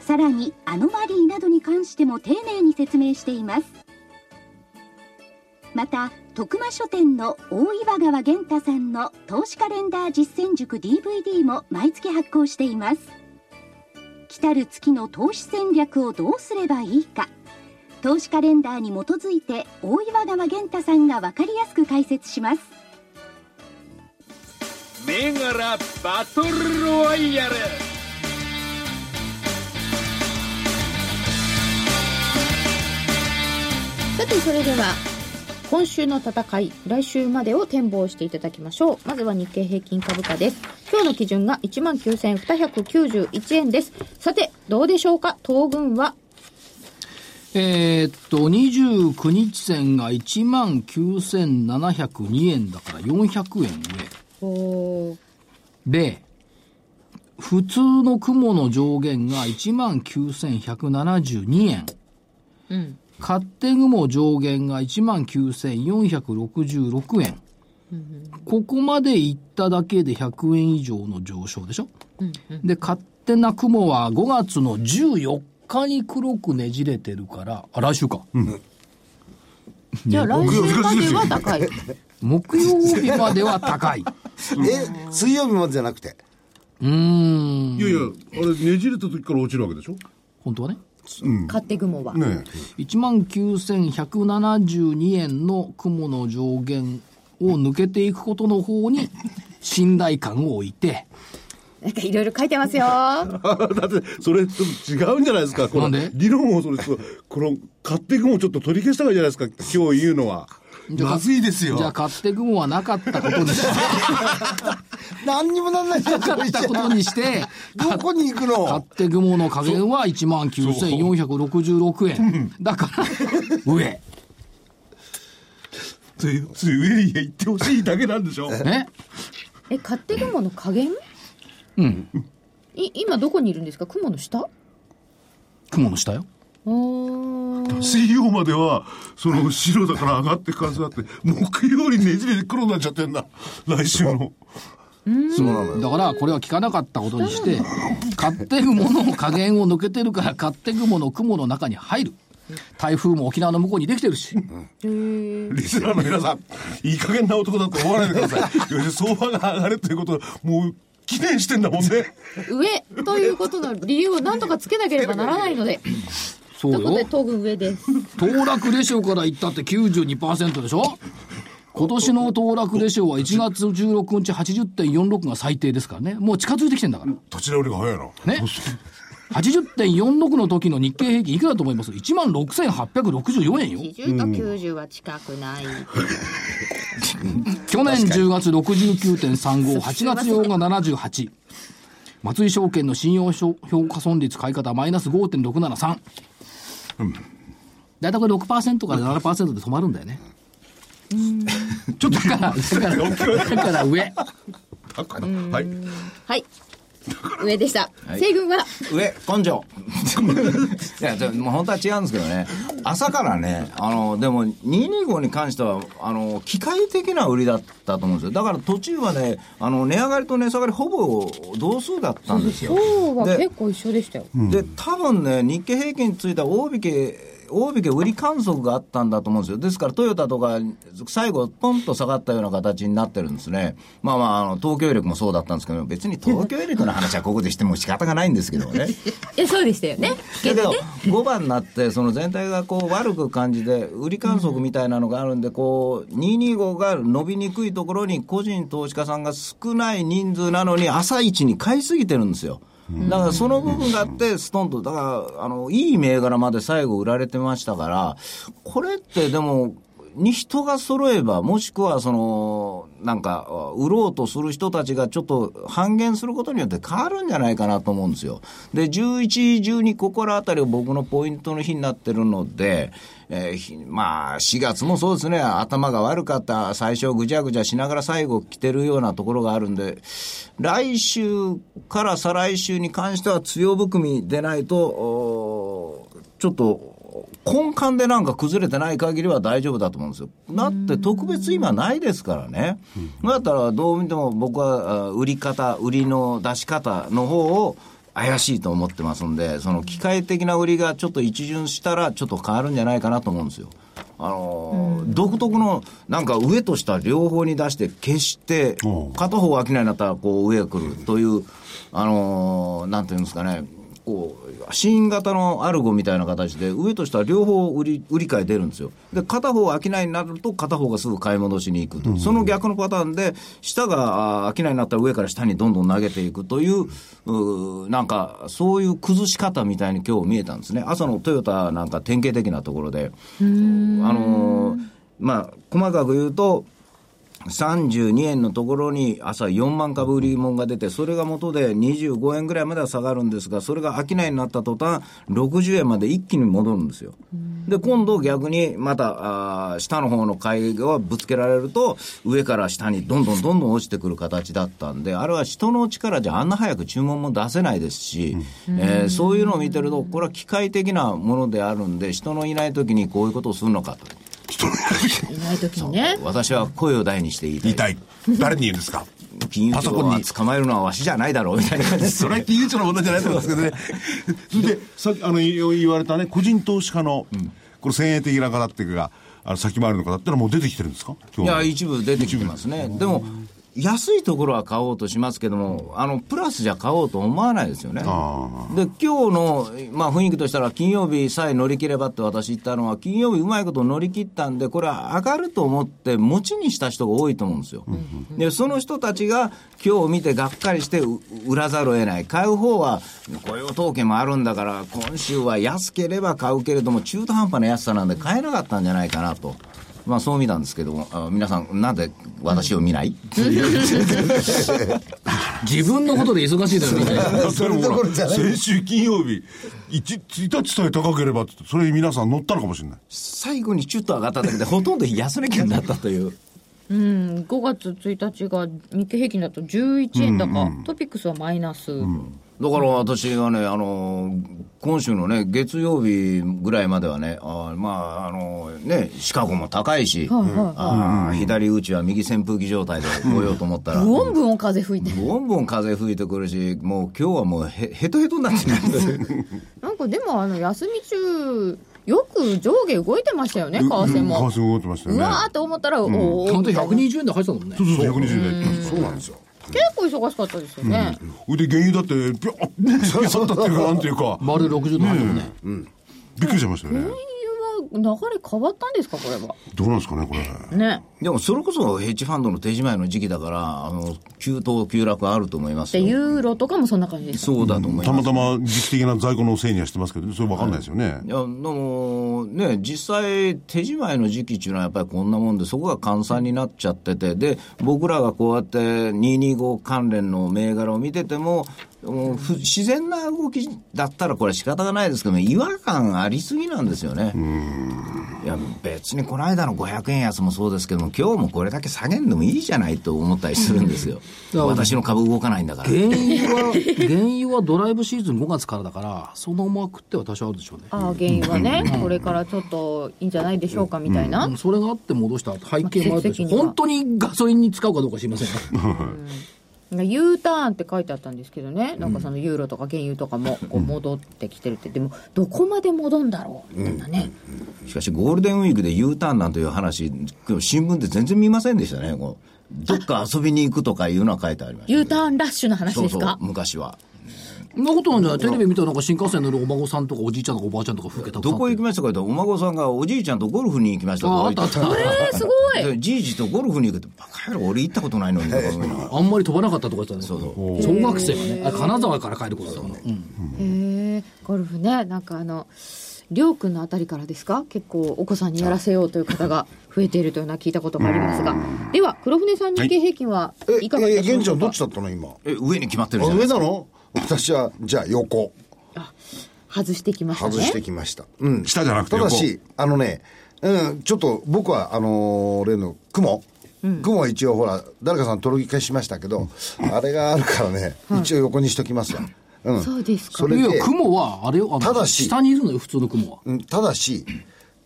Speaker 2: さらにアノマリーなどに関しても丁寧に説明していますまた徳間書店の大岩川源太さんの投資カレンダー実践塾 DVD も毎月発行しています来たる月の投資戦略をどうすればいいか投資カレンダーに基づいて大岩川源太さんが分かりやすく解説します
Speaker 3: 銘柄バトルロワイヤル
Speaker 4: さて、それでは、今週の戦い、来週までを展望していただきましょう。まずは日経平均株価です。今日の基準が19,291円です。さて、どうでしょうか東軍は
Speaker 1: えーっと、29日線が1万9702円だから400円上。
Speaker 4: おー
Speaker 1: で、普通の雲の上限が19,172円。勝手雲上限が19,466円。ここまで行っただけで100円以上の上昇でしょ、で、勝手な雲は5月の14日に黒くねじれてるから、あ、来週か。
Speaker 4: じゃあ来週までは高い。
Speaker 1: 木曜日までは高い。
Speaker 5: え、水曜日までじゃなくて。
Speaker 1: うーん。
Speaker 8: いやいや、あれ、ねじれた時から落ちるわけでしょ
Speaker 1: 本当はね。
Speaker 4: 勝手雲は。
Speaker 8: ね
Speaker 1: 1万9172円の雲の上限を抜けていくことの方に信頼感を置いて、
Speaker 4: なんかいろいろ書いてますよ。
Speaker 8: だって、それ、違うんじゃないですか。こ
Speaker 1: な
Speaker 8: の
Speaker 1: んで
Speaker 8: 理論をそれ、そうこの、買っていくもちょっと取り消した方がいいじゃないですか、今日言うのは。
Speaker 1: じゃあ
Speaker 8: まずいですよ。
Speaker 1: じゃあ勝手雲はなかったことにして、
Speaker 5: 何にもなんないじゃん、こ
Speaker 1: なか
Speaker 5: れ
Speaker 1: っ
Speaker 5: じゃ
Speaker 1: たことにして、
Speaker 5: どこに行く
Speaker 1: 勝
Speaker 5: の
Speaker 1: 手雲の加減は1万9466円。だから、上。
Speaker 8: と上に行ってほしいだけなんでしょ
Speaker 1: ね
Speaker 4: え勝手雲の加減
Speaker 1: うん
Speaker 4: い今どこにいるんですか雲の下
Speaker 1: 雲の下よ
Speaker 4: おー
Speaker 8: 水曜まではその白だから上がってく感じだって木曜にねじれて黒になっちゃってんだ来週の
Speaker 5: そうなのよ
Speaker 1: だからこれは聞かなかったことにして買っていくものの加減を抜けてるから買っていくもの雲の中に入る台風も沖縄の向こうにできてるし
Speaker 8: リスナーの皆さんいい加減な男だと思わないでください 要するに相場が上がるということをもう記念してんだもんね
Speaker 4: 上ということの理由を何とかつけなければならないので
Speaker 1: そ
Speaker 4: といううことで
Speaker 1: よ
Speaker 4: 東軍上です
Speaker 1: 騰落レシオから言ったって92%でしょ今年の騰落レシオは1月16日80.46が最低ですからねもう近づいてきてんだから
Speaker 8: 立ち直りが早いな
Speaker 1: ね80.46の時の日経平均いくらだと思います ?1 万6864円よ。
Speaker 4: 20と90は近くない
Speaker 1: 去年10月69.35、8月用が78。松井証券の信用評価損率買い方マイナス5.673。だいたいこれ6%から7%で止まるんだよね。ちょっと だから、だから、だから上。
Speaker 8: だからはい
Speaker 4: はい上でした、西軍は
Speaker 7: 上根性いやでも本当は違うんですけどね朝からねあのでも225に関してはあの機械的な売りだったと思うんですよだから途中はねあの値上がりと値下がりほぼ同数だったんですよ
Speaker 4: 今日は
Speaker 7: で
Speaker 4: 結構一緒でしたよ
Speaker 7: で多分ね、日経平均については大引け、大引け売り観測があったんだと思うんですよ、ですからトヨタとか、最後、ポンと下がったような形になってるんですね、まあまあ、あの東京力もそうだったんですけど、別に東京力の話はここでしても仕方がないんですけどね。
Speaker 4: えそうでしたよね
Speaker 7: だけど5番になってその全体がこう悪く感じで売り観測みたいなのがあるんでこう225が伸びにくいところに個人投資家さんが少ない人数なのに朝一に買いすぎてるんですよ。だからその部分があって、ストンと、だから、あの、いい銘柄まで最後売られてましたから、これってでも、に人が揃えば、もしくはその、なんか、売ろうとする人たちがちょっと半減することによって変わるんじゃないかなと思うんですよ。で、11、12、ここらあたりを僕のポイントの日になってるので、えーひまあ、4月もそうですね、頭が悪かった、最初ぐちゃぐちゃしながら最後来てるようなところがあるんで、来週から再来週に関しては強含みでないと、おーちょっと、根幹でなんか崩れてない限りは大丈夫だと思うんですよ。だって特別今ないですからね。だったらどう見ても僕はあ売り方、売りの出し方の方を怪しいと思ってますんで、その機械的な売りがちょっと一巡したらちょっと変わるんじゃないかなと思うんですよ。あのー独特のなんか上と下両方に出して決して
Speaker 8: うん
Speaker 7: 片方商いになったらこう上が来るという、あのーなんていうんですかね、こう、新型のアルゴみたいな形で、上と下は両方売り、売り買い出るんですよ。で、片方商いになると、片方がすぐ買い戻しに行くと。その逆のパターンで、下があー商いになったら上から下にどんどん投げていくという、うーなんか、そういう崩し方みたいに今日見えたんですね。朝のトヨタなんか典型的なところで、あのーまあ、細かく言うと、32円のところに朝4万株売り物が出て、それが元で25円ぐらいまでは下がるんですが、それが商いになった途端、60円まで一気に戻るんですよ。で、今度逆にまた、あー下の方の買いがぶつけられると、上から下にどんどんどんどん落ちてくる形だったんで、あれは人の力じゃあんな早く注文も出せないですし、えーそういうのを見てると、これは機械的なものであるんで、人のいない時にこういうことをするのかと。
Speaker 4: いない時にね
Speaker 7: 私は声を大にして言いたい。
Speaker 8: 痛い誰に言うんですか
Speaker 7: 金融
Speaker 8: パソ
Speaker 7: 庁
Speaker 8: コン
Speaker 7: は
Speaker 8: に
Speaker 7: 捕まえるのはわしじゃないだろうみたいな感じです
Speaker 8: それは金融庁の問題じゃないと思うんですけど ね。それで、さっき、あの、い言われたね、個人投資家の、この先鋭的な方っていうか、あの、先回りの方ってのはもう出てきてるんですか今
Speaker 7: い
Speaker 8: 日は
Speaker 7: や一部出てきてますねでも安いところは買おうとしますけども、あのプラスじゃ買おうと思わないですよね。で、
Speaker 8: あ
Speaker 7: 今日の、まあ、雰囲気としたら、金曜日さえ乗り切ればって私言ったのは、金曜日うまいこと乗り切ったんで、これは上がると思って、持ちにした人が多いと思うんですよ。で、その人たちが今日見てがっかりして、う売らざるを得ない、買う方は雇用統計もあるんだから、今週は安ければ買うけれども、中途半端な安さなんで、買えなかったんじゃないかなと。まあそう見たんですけども、あ皆さん、なんで私を見ない、
Speaker 1: 自分のことで忙しいだろみたいな。
Speaker 5: それどころじゃない
Speaker 8: 先週金曜日、一1日さえ高ければって、それ皆さん乗ったのかもしれない。
Speaker 7: 最後にチュッと上がっただけで、ほとんど安値圏だったという。
Speaker 10: うん、5月1日が日経平均だと11円高、トピックスはマイナス、
Speaker 7: だから私はね、あの、今週のね、月曜日ぐらいまではね、あーまあ、あの、ね、シカゴも高いし、あー左打ちは右扇風機状態で来ようと思ったら、
Speaker 4: ブオンブオン風吹いてる
Speaker 7: ボンボン風吹いてくるし、もう今日はもうへヘトヘトになってる。
Speaker 10: なんかでもあの休み中よく上下動いてましたよね為替
Speaker 8: 為
Speaker 10: も、
Speaker 8: 替動いてました
Speaker 10: う
Speaker 8: よね。
Speaker 10: わーって思ったら、おー
Speaker 1: 本
Speaker 10: お
Speaker 1: 当
Speaker 10: ー
Speaker 1: 120円で入ってたもんね
Speaker 8: そ。うそうそう、120で行きました
Speaker 5: そうなんですよ
Speaker 10: 結構忙しかったですよね、
Speaker 8: それで原油だって、ぴょっ、ぴょったっていうか、なんていうか、
Speaker 1: 丸60度入ってるね。
Speaker 8: びっくりしましたよね。
Speaker 10: 原油は流れ変わったんですかこれは
Speaker 8: どうなんですかね、これ。
Speaker 10: ね
Speaker 7: でもそれこそヘッジファンドの手仕前の時期だから、あの、急騰急落あると思います
Speaker 4: で
Speaker 7: よ。
Speaker 4: ユーロとかもそんな感じです
Speaker 7: そうだと思います。
Speaker 8: たまたま時期的な在庫のせいにはしてますけど、それ分かんないですよね
Speaker 7: い。や、でも、ね、実際、手仕舞いの時期っていうのはやっぱりこんなもんで、そこが換算になっちゃってて、で、僕らがこうやって225関連の銘柄を見てても、もうふ自然な動きだったらこれ仕方がないですけど、違和感ありすぎなんですよね。いや、別にこの間の500円安もそうですけども、今日もこれだけ下げんでもいいじゃないと思ったりするんですよ。私の株動かないんだから。
Speaker 1: 原油は、原油はドライブシーズン5月からだから、その思惑って私はあるでしょうね。
Speaker 10: ああ原油はねこれからちょっといいんじゃないでしょうかみたいな、
Speaker 1: うんそれがあって戻した背景もあるでしょう。
Speaker 10: まあ奇跡的には
Speaker 1: 本当にガソリンに使うかどうか知りま せんが
Speaker 10: U ターンって書いてあったんですけどね、なんかそのユーロとか原油とかもこう戻ってきてるって、でも、どこまで戻んだろうみたいなね、
Speaker 7: しかしゴールデンウィークで U ターンなんていう話、今日新聞で全然見ませんでしたね、こうどっか遊びに行くとかいうのは書いてありました、
Speaker 4: U ターンラッシュの話
Speaker 7: そ
Speaker 4: で
Speaker 7: う
Speaker 4: す
Speaker 7: そう
Speaker 4: か、
Speaker 7: 昔は。
Speaker 1: そんなことなんじゃないテレビ見たらなんか新幹線乗るお孫さんとかおじいちゃんとかおばあちゃんとか風景たくさん
Speaker 7: どこ行きましたかって、お孫さんがおじいちゃんとゴルフに行きました
Speaker 1: ああったあった
Speaker 10: えーすごい、
Speaker 7: でじいじとゴルフに行くって、バカ野郎、俺行ったことないのにとか思いながら
Speaker 1: あんまり飛ばなかったとか言ってた
Speaker 7: そう
Speaker 1: ね。
Speaker 7: そう
Speaker 1: 小学生はね、あ金沢から帰ることだから。うん
Speaker 4: へえゴルフねなんかあのりょうくんのあたりからですか結構お子さんにやらせようという方が増えているというのは聞いたこともありますがでは黒船さん日経平均は
Speaker 5: え
Speaker 4: いかが
Speaker 5: え
Speaker 4: でしょ
Speaker 5: 現
Speaker 4: うか、
Speaker 5: 状どっちだったの今あ
Speaker 7: え上に決まってるじゃない
Speaker 5: 上
Speaker 7: ですか。
Speaker 5: なの私はじゃあ横
Speaker 4: 外してきましたね
Speaker 5: 外してきました、うん
Speaker 8: 下じゃなくて
Speaker 5: た
Speaker 8: 横
Speaker 5: だしあのね、うん、ちょっと僕はあのー例の雲雲は一応ほら誰かさんトロギ消しましたけど、あれがあるからね、一応横にしときますよ、うん、
Speaker 4: そうですか
Speaker 5: それ
Speaker 1: い
Speaker 5: で
Speaker 1: や、雲は、あれよ、あの
Speaker 5: ただし
Speaker 1: 下にいるのよ、普通の雲は。
Speaker 5: うんただし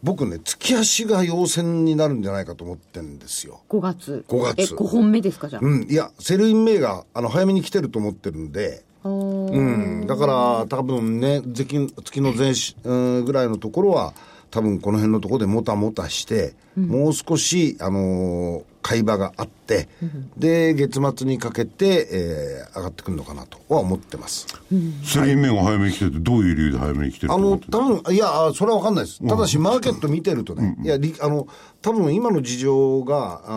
Speaker 5: 僕ね月足が陽線になるんじゃないかと思ってんですよ
Speaker 4: 5月
Speaker 5: 5月
Speaker 4: え5本目ですかじゃあ、
Speaker 5: うんいやセルイン銘があの早めに来てると思ってるんで
Speaker 4: おー
Speaker 5: うん、だから多分ね、月金月の前し、うんぐらいのところは、多分この辺のところでもたもたして、もう少し、あのー買い場があって、で、月末にかけて、えー上がってくるのかなとは思ってます。
Speaker 8: セリンメが早めに来てて、どういう理由で早めに来てる
Speaker 5: あ
Speaker 8: と思
Speaker 5: の、
Speaker 8: ってる
Speaker 5: 多分いや、あそれは分かんないです。ただし、マーケット見てるとね、いや、りあの、多分今の事情が、あ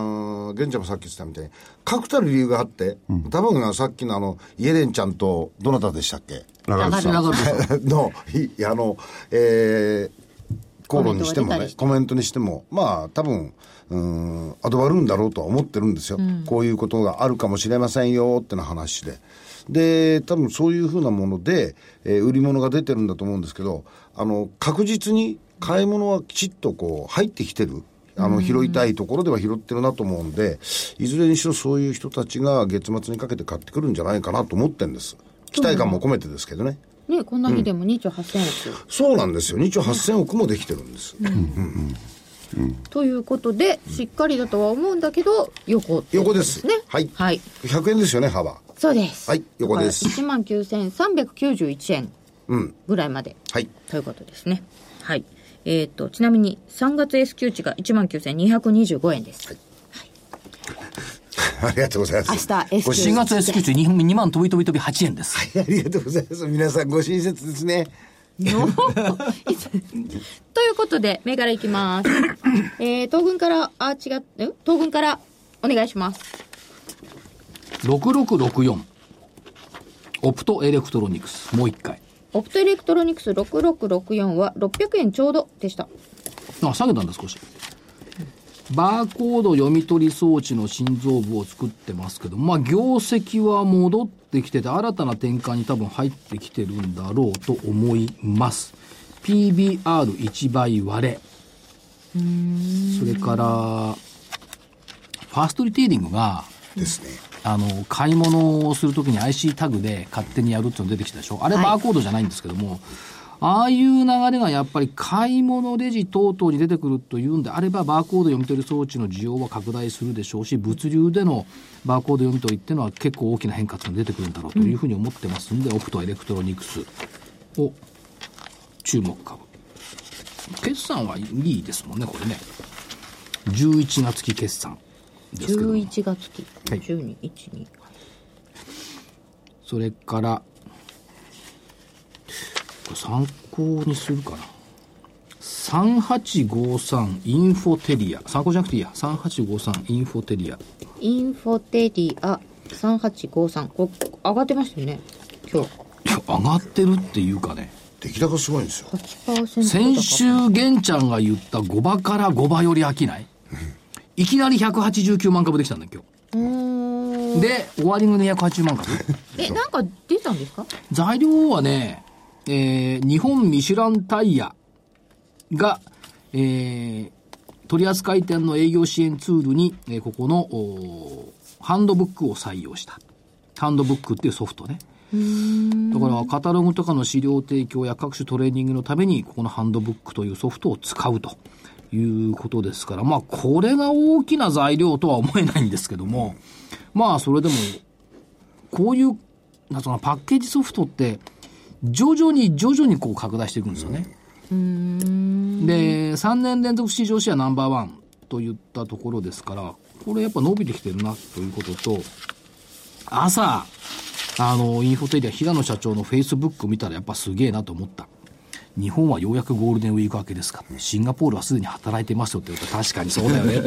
Speaker 5: ー玄ちゃんもさっき言ってたみたいに、確たる理由があって、多分さっきのあの、イエレンちゃんと、どなたでしたっけ
Speaker 8: 長渕さん。
Speaker 1: 上がるでしょ
Speaker 5: の、いあの、えー、口論にしてもね、コメントにしても、まあ、多分、うーん、アドバルーンだろうとは思ってるんですよ。こういうことがあるかもしれませんよ、ってな話で。で、多分そういうふうなもので、えー売り物が出てるんだと思うんですけど、あの、確実に買い物はきちっとこう、入ってきてる。あの、拾いたいところでは拾ってるなと思うんで、いずれにしろそういう人たちが月末にかけて買ってくるんじゃないかなと思ってるんです。期待感も込めてですけどね。
Speaker 4: ねこんな日でも2兆8000億、
Speaker 5: そうなんですよ。2兆8000億もできてるんです。
Speaker 4: ということでしっかりだとは思うんだけど横っていうことね
Speaker 5: 横ですはい
Speaker 4: はい、
Speaker 5: 100円ですよね、幅。
Speaker 4: そうです
Speaker 5: はい横です
Speaker 4: 1万9391円
Speaker 5: うん。
Speaker 4: ぐらいまで
Speaker 5: はい。
Speaker 4: ということですね。はい。えっ、と、ちなみに3月 S q 値が19,225円です。
Speaker 5: ありがとうございます。
Speaker 4: 明日 S
Speaker 5: ご
Speaker 4: q
Speaker 5: 親
Speaker 1: 4月 S
Speaker 5: 切
Speaker 1: q 値2, 2万飛び飛び飛び8円です。
Speaker 5: ありがとうございます。皆さんご親切ですね。
Speaker 4: の ということで、銘柄いきます。えー、東軍から、あ、違う、え東軍からお願いします。
Speaker 1: 6664。オプトエレクトロニクス。もう一回。
Speaker 4: オプトエレクトロニクス6664は600円ちょうどでした。
Speaker 1: あ、下げたんだ少し。バーコード読み取り装置の心臓部を作ってますけど、まあ、業績は戻ってきてて、新たな転換に多分入ってきてるんだろうと思います。PBR1 倍割れ。それから、ファーストリテイリングが、
Speaker 5: ですね。
Speaker 1: あの、買い物をするときに IC タグで勝手にやるっていうの出てきたでしょあれバーコードじゃないんですけども、ああいう流れがやっぱり買い物レジ等々に出てくるというんであれば、バーコード読み取り装置の需要は拡大するでしょうし、物流でのバーコード読み取りっていうのは結構大きな変化っていうのが出てくるんだろうというふうに思ってますんで、オプトエレクトロニクスを注目株。決算はいいですもんね、これね。11月期決算ですけども。
Speaker 4: 11月期、
Speaker 1: はい
Speaker 4: 12、1、2、
Speaker 1: それから、これ参考にするかな。3853インフォテリア。参考じゃなくていいや。3853インフォテリア。
Speaker 4: インフォテリア3853これ上がってましたよね今日
Speaker 1: いや上がってるっていうかね。
Speaker 5: 出来高すごいんですよ。
Speaker 4: 8%
Speaker 1: 先週、玄ちゃんが言った5場から5場より商い。いきなり189万株できたんだよ、今日。
Speaker 4: うーん
Speaker 1: で、終わり値280万株。
Speaker 4: えなんか出たんですか
Speaker 1: 材料はね、えー日本ミシュランタイヤが、えー取扱店の営業支援ツールに、えーここの、おーハンドブックを採用した。ハンドブックっていうソフトね。だから、カタログとかの資料提供や各種トレーニングのために、ここのハンドブックというソフトを使うということですから、まあ、これが大きな材料とは思えないんですけども、まあ、それでもこういう、なんかそのパッケージソフトって、徐々に徐々にこう拡大していくんですよね。で、3年連続市場シェアナンバーワンといったところですから、これやっぱ伸びてきてるなということと、朝、あの、インフォテリア、平野社長のフェイスブック見たらやっぱすげえなと思った。日本はようやくゴールデンウィーク明けですか。シンガポールはすでに働いてますよって言うと確かにそうだよね。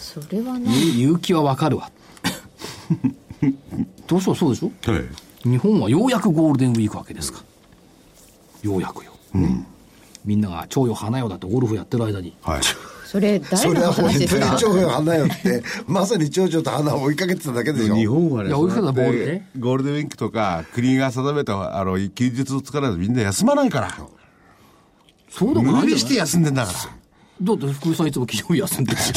Speaker 4: それはね
Speaker 1: 言う気はわかるわ。どうしよう、そうでしょ
Speaker 8: はい。
Speaker 1: 日本はようやくゴールデンウィークわけですか、ようやくよ、みんなが徴用花よだってゴルフやってる間に
Speaker 8: はい。
Speaker 4: それ
Speaker 5: そ
Speaker 4: 誰
Speaker 5: れ
Speaker 4: の
Speaker 5: は本
Speaker 4: 話です
Speaker 5: 当に
Speaker 4: か
Speaker 5: 蝶々花よって、まさに蝶々と花を追いかけてただけでしょ。
Speaker 8: 日本はね、
Speaker 1: いや
Speaker 8: そう
Speaker 1: 追いかけたボール
Speaker 8: やっ
Speaker 1: ね
Speaker 8: てゴールデンウィークとか、国が定めた、あの、休日をつかないとみんな休まないから。
Speaker 1: そうでもな
Speaker 8: 無
Speaker 1: いじゃ
Speaker 8: 理
Speaker 1: ない
Speaker 8: して休んでんだから。
Speaker 1: だって福井さんいつも金曜日休んで るし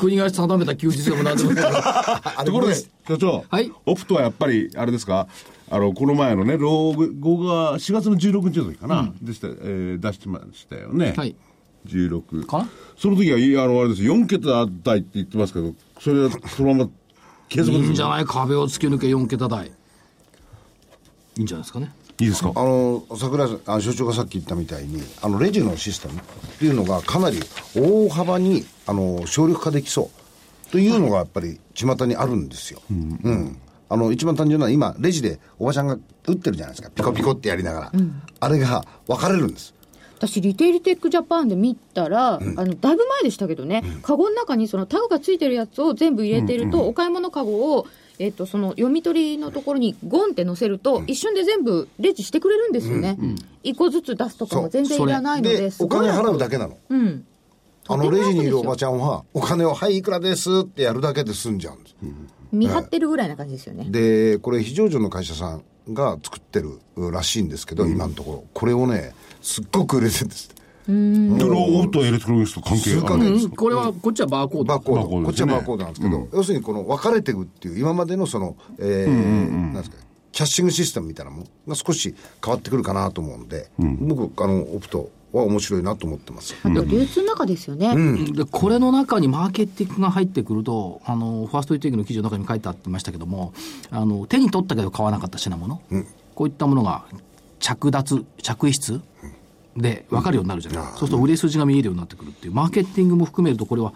Speaker 1: 国が定めた休日でも何でもないから
Speaker 8: ところで、社長、
Speaker 1: はい
Speaker 8: オプトはやっぱり、あれですか、あの、この前のね、老後が4月の16日の時かな、でした、えー出してましたよね。
Speaker 1: はい。
Speaker 8: 16。
Speaker 1: かな
Speaker 8: その時は、いやあの、あれですよ、4桁台って言ってますけど、それはそのまま継
Speaker 1: い
Speaker 8: 続
Speaker 1: い
Speaker 8: で
Speaker 1: ん
Speaker 8: す
Speaker 1: じゃ
Speaker 8: よ。
Speaker 1: ない壁を突き抜け4桁台いいんじゃないですかね
Speaker 8: いいですか
Speaker 5: あの桜井さんあ所長がさっき言ったみたいにあのレジのシステムっていうのがかなり大幅にあの省力化できそうというのがやっぱり巷にあるんですよ、うんあの一番単純なのは今レジでおばちゃんが打ってるじゃないですかピコピコってやりながら、あれが分かれるんです
Speaker 4: 私リテールテックジャパンで見たら、あのだいぶ前でしたけどね、カゴの中にそのタグがついてるやつを全部入れてると、お買い物カゴを、えっとその読み取りのところにゴンって載せると、一瞬で全部レジしてくれるんですよね、一個ずつ出すとかも全然いらないので
Speaker 5: でお金払うだ
Speaker 4: け
Speaker 5: けなの
Speaker 4: うん
Speaker 5: あのレジにいるおばちゃんはお金を「はいいくらです」ってやるだけで済んじゃうんです、
Speaker 4: 見張ってるぐらいな感じですよね、
Speaker 5: でこれ非常上の会社さんが作ってるらしいんですけど、今のところこれをねすっごく売れてるんです
Speaker 8: でロオプトはエレクトロニクスと関係
Speaker 5: 数
Speaker 8: あ
Speaker 5: ヶ
Speaker 8: るん
Speaker 5: 月
Speaker 1: う
Speaker 8: で
Speaker 1: ん
Speaker 8: すか
Speaker 1: これはこっちはバーコード
Speaker 5: バーコー
Speaker 8: バーコード
Speaker 5: ド、こ
Speaker 8: で
Speaker 5: っち
Speaker 8: す
Speaker 5: は
Speaker 8: ね
Speaker 5: バーコードなんですけど、要するにこの分かれていくっていう、今までのその、えーなんですか、キャッシングシステムみたいなものが少し変わってくるかなと思うんで、僕、あの、オプトは面白いなと思ってます。
Speaker 4: あと流通の中ですよね、
Speaker 1: でこれの中にマーケティングが入ってくるとあのファーストリテイクの記事の中に書いてあってましたけどもあの手に取ったけど買わなかった品物、こういったものが着脱着衣室で分かるようになるじゃない、そうすると売れ筋が見えるようになってくるっていうマーケティングも含めるとこれは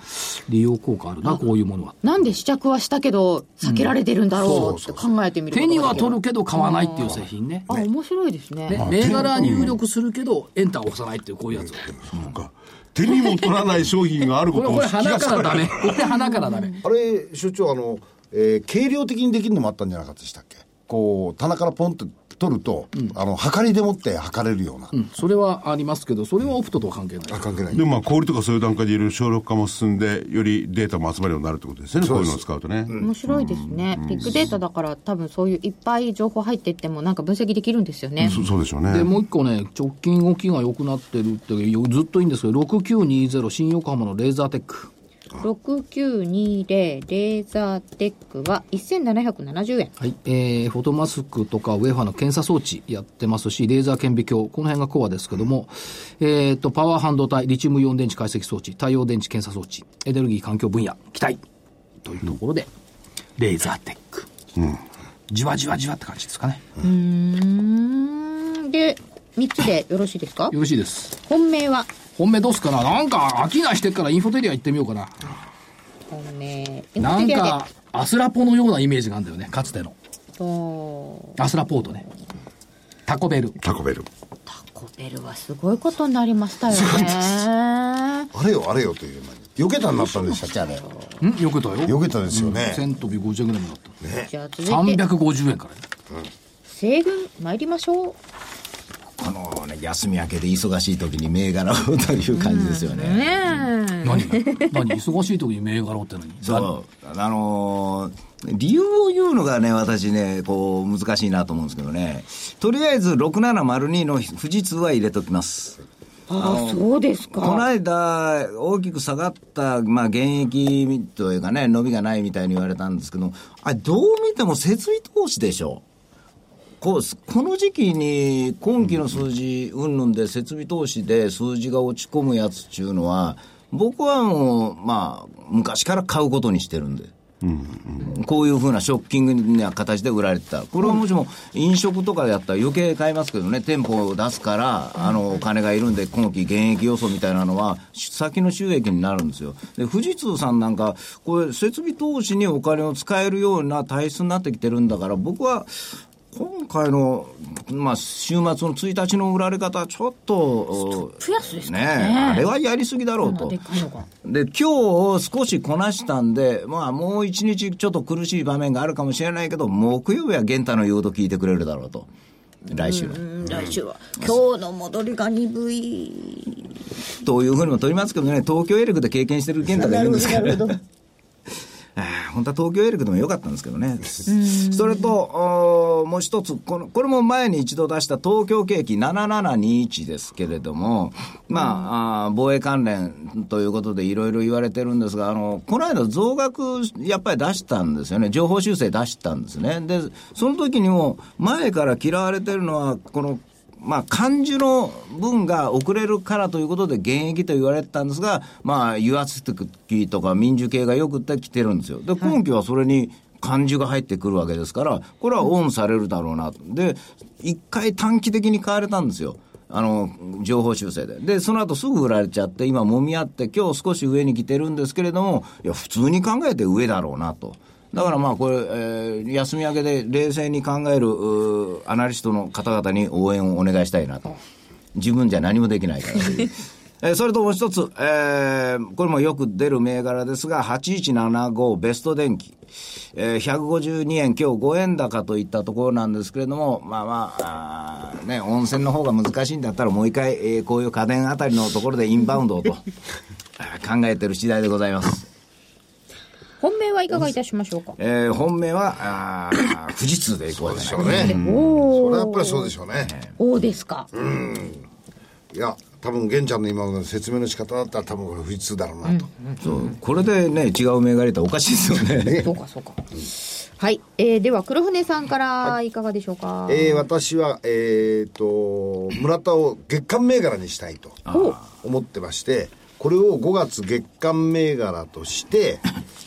Speaker 1: 利用効果あるなこういうものは
Speaker 4: なんで試着はしたけど避けられてるんだろうって考えてみることができる
Speaker 1: 手には取るけど買わないっていう製品ね
Speaker 4: あ面白いですね
Speaker 1: ね銘柄は入力するけどエンターを押さないっていうこういうやつ、
Speaker 8: なんか手にも取らない商品があるこ
Speaker 1: これ
Speaker 8: と
Speaker 1: こ
Speaker 8: を
Speaker 1: れ
Speaker 8: 気が
Speaker 1: 花
Speaker 8: つ
Speaker 1: か
Speaker 8: からな
Speaker 1: ダ
Speaker 8: い
Speaker 1: メこれ花からダメ
Speaker 5: あれ、所長、あの、えー軽量的にできるのもあったんじゃなかったでしたっけこう、棚からポンって取ると、あの、はかりでもって測れるような。
Speaker 1: うんそれはありますけど、それはオプトとは関係ない。
Speaker 5: あ、関係ない。
Speaker 8: でもまあ氷とかそういう段階でいろいろ省力化も進んでよりデータも集まるようになるってことですよねこういうのを使うとね、
Speaker 4: 面白いですね。ビッグデータだから多分そういういっぱい情報入っていってもなんか分析できるんですよね。
Speaker 8: そそうでしょうね
Speaker 1: でもう一個ね、直近動きが良くなってるって、よずっといいんですけど、6920新横浜のレーザーテック。
Speaker 4: 6920レーザーテックは1770円。
Speaker 1: はい。えー、フォトマスクとかウェファーの検査装置やってますし、レーザー顕微鏡、この辺がコアですけども、えっと、パワー半導体、リチウムイオン電池解析装置、太陽電池検査装置、エネルギー環境分野、期待というところで、レーザーテック。じわじわじわって感じですかね。
Speaker 4: うんで、3つでよろしいですか
Speaker 1: よろしいです。
Speaker 4: 本命は
Speaker 1: 本命どうすかななんか、飽きないしてっからインフォテリア行ってみようかな。
Speaker 4: 本命。
Speaker 1: なん
Speaker 4: インフォテリア
Speaker 1: か、アスラポのようなイメージがあるんだよね、かつての。
Speaker 4: でと、
Speaker 1: アスラポートね。タコベル。
Speaker 8: タコベル
Speaker 4: タコベルはすごいことになりましたよね。
Speaker 5: あれよ、あれよという間に。避けたになったんでしたっけ、あれ。
Speaker 1: んよけたよ。
Speaker 5: 避けたですよね。
Speaker 1: 1000飛び50円ぐらいもらった。
Speaker 4: じゃあ続いて、
Speaker 1: 350円からね。
Speaker 4: 西軍参りましょう。
Speaker 7: このね休み明けで忙しい時に銘柄をという感じですよね、
Speaker 1: 何が何忙しい時に銘柄をって何
Speaker 7: そうあのー理由を言うのがね私ねこう難しいなと思うんですけどねとりあえず6702の富士通は入れときます
Speaker 4: ああ、そうです
Speaker 7: この
Speaker 4: か。
Speaker 7: 間、大きく下がった、まあ、現役というかね、伸びがないみたいに言われたんですけど、あどう見ても設備投資でしょ。こうすこの時期に今期の数字云々で設備投資で数字が落ち込むやつっていうのは僕はもうまあ昔から買うことにしてるんで、こういうふうなショッキングな形で売られてたこれはもしも飲食とかやったら余計買いますけどね店舗を出すからあのお金がいるんで今期現役予想みたいなのは先の収益になるんですよで富士通さんなんかこれ設備投資にお金を使えるような体質になってきてるんだから僕は今回の、まあ、週末の1日の売られ方、ちょっと、プラスですねあれはやりすぎだろうと。で、今日少しこなしたんで、まあ、もう一日ちょっと苦しい場面があるかもしれないけど、木曜日は玄太の言うこと聞いてくれるだろうと。来週は。
Speaker 4: 来週は。今日の戻りが鈍い。
Speaker 7: というふうにも取りますけどね、東京エレクで経験してる健太がいるんですから。 ああ本当は東京エレクでも良かったんですけどね。それと、おーもう一つこの、これも前に一度出した東京景気7721ですけれども、まあ、あー防衛関連ということでいろいろ言われてるんですが、あの、この間増額、やっぱり出したんですよね。情報修正出したんですね。で、その時にも、前から嫌われてるのは、この、まあ、漢字の文が遅れるからということで現役と言われてたんですが、まあ、油圧的とか民主系がよくってきてるんですよ。で、今期はそれに漢字が入ってくるわけですから、これはオンされるだろうな。で、一回短期的に買われたんですよ。あの、情報修正で。で、その後すぐ売られちゃって、今揉み合って、今日少し上に来てるんですけれども、いや、普通に考えて上だろうなと。だからまあこれ、えー休み明けで冷静に考えるうーアナリストの方々に応援をお願いしたいなと。自分じゃ何もできないからという。 えーそれともう一つ、えーこれもよく出る銘柄ですが、8175ベスト電機。えー152円、今日5円高といったところなんですけれども、まあまあ、あーね、温泉の方が難しいんだったら、もう一回、えーこういう家電あたりのところでインバウンド をとあー考えてる次第でございます。
Speaker 4: 本命はいかがいたしましょうか
Speaker 7: えー本命は、あー富士通で行こう
Speaker 5: で
Speaker 7: じ
Speaker 5: し
Speaker 7: ゃ
Speaker 5: ょ
Speaker 7: な
Speaker 5: う
Speaker 7: い
Speaker 5: ね。
Speaker 4: お
Speaker 5: それはやっぱりそうでしょうね。
Speaker 4: おおですか。
Speaker 5: いや、多分、玄ちゃんの今の説明の仕方だったら、多分これ、富士通だろうなと。
Speaker 7: そうこれでね、違う銘柄入れたらおかしいですよね。
Speaker 4: そうかそうか。はい。えーでは黒船さんからいかがでしょうか。
Speaker 5: えー私は、えっ、と、村田を月間銘柄にしたいと思ってまして、これを5月月間銘柄として、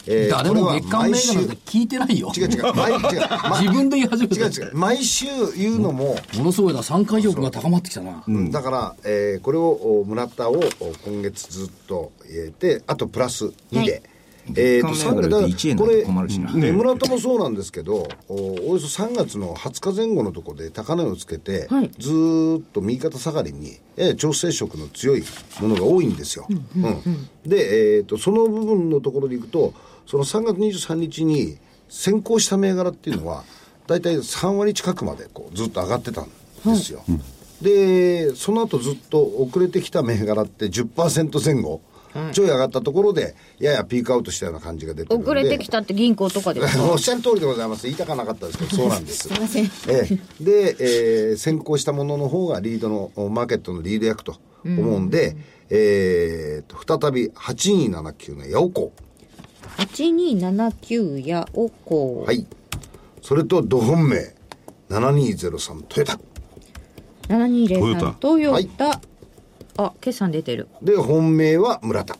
Speaker 5: えー
Speaker 1: 誰も月間銘柄なんて聞いてないよ
Speaker 5: こ。れは毎週違う違う、毎 違う、ま
Speaker 1: 自分で言い始め
Speaker 5: 違う
Speaker 1: た。
Speaker 5: 違う、毎週言うのも、
Speaker 1: ものすごいな、参加意欲が高まってきたな。
Speaker 5: だから、えーこれをお村田をお今月ずっと入れてあとプラス2で、えーと
Speaker 7: 月間銘
Speaker 5: だ
Speaker 7: 柄
Speaker 5: から
Speaker 7: で1円
Speaker 5: こ
Speaker 7: なん
Speaker 5: れ
Speaker 7: て困るしな
Speaker 5: ね村田もそうなんですけどおおよそ3月の20日前後のところで高値をつけて、ずーっと右肩下がりに、えー調整色の強いものが多いんですよ、うんで、えーとその部分のところでいくとその3月23日に先行した銘柄っていうのは大体3割近くまでこうずっと上がってたんですよ、でその後ずっと遅れてきた銘柄って10%前後、ちょい上がったところでややピークアウトしたような感じが出てるので
Speaker 10: 遅れてきたって銀行とかですか
Speaker 5: おっしゃる通りでございます言いたかなかったですけどそうなんです すいません、ええで、えー先行したものの方がリードのおマーケットのリード役と思うんで、えーと再び8279の八尾港
Speaker 10: 8279やおこ
Speaker 5: はいそれとド本命7203トヨタ
Speaker 10: 7203トヨ
Speaker 5: はい
Speaker 10: タあ決算出てる
Speaker 5: で本命は村田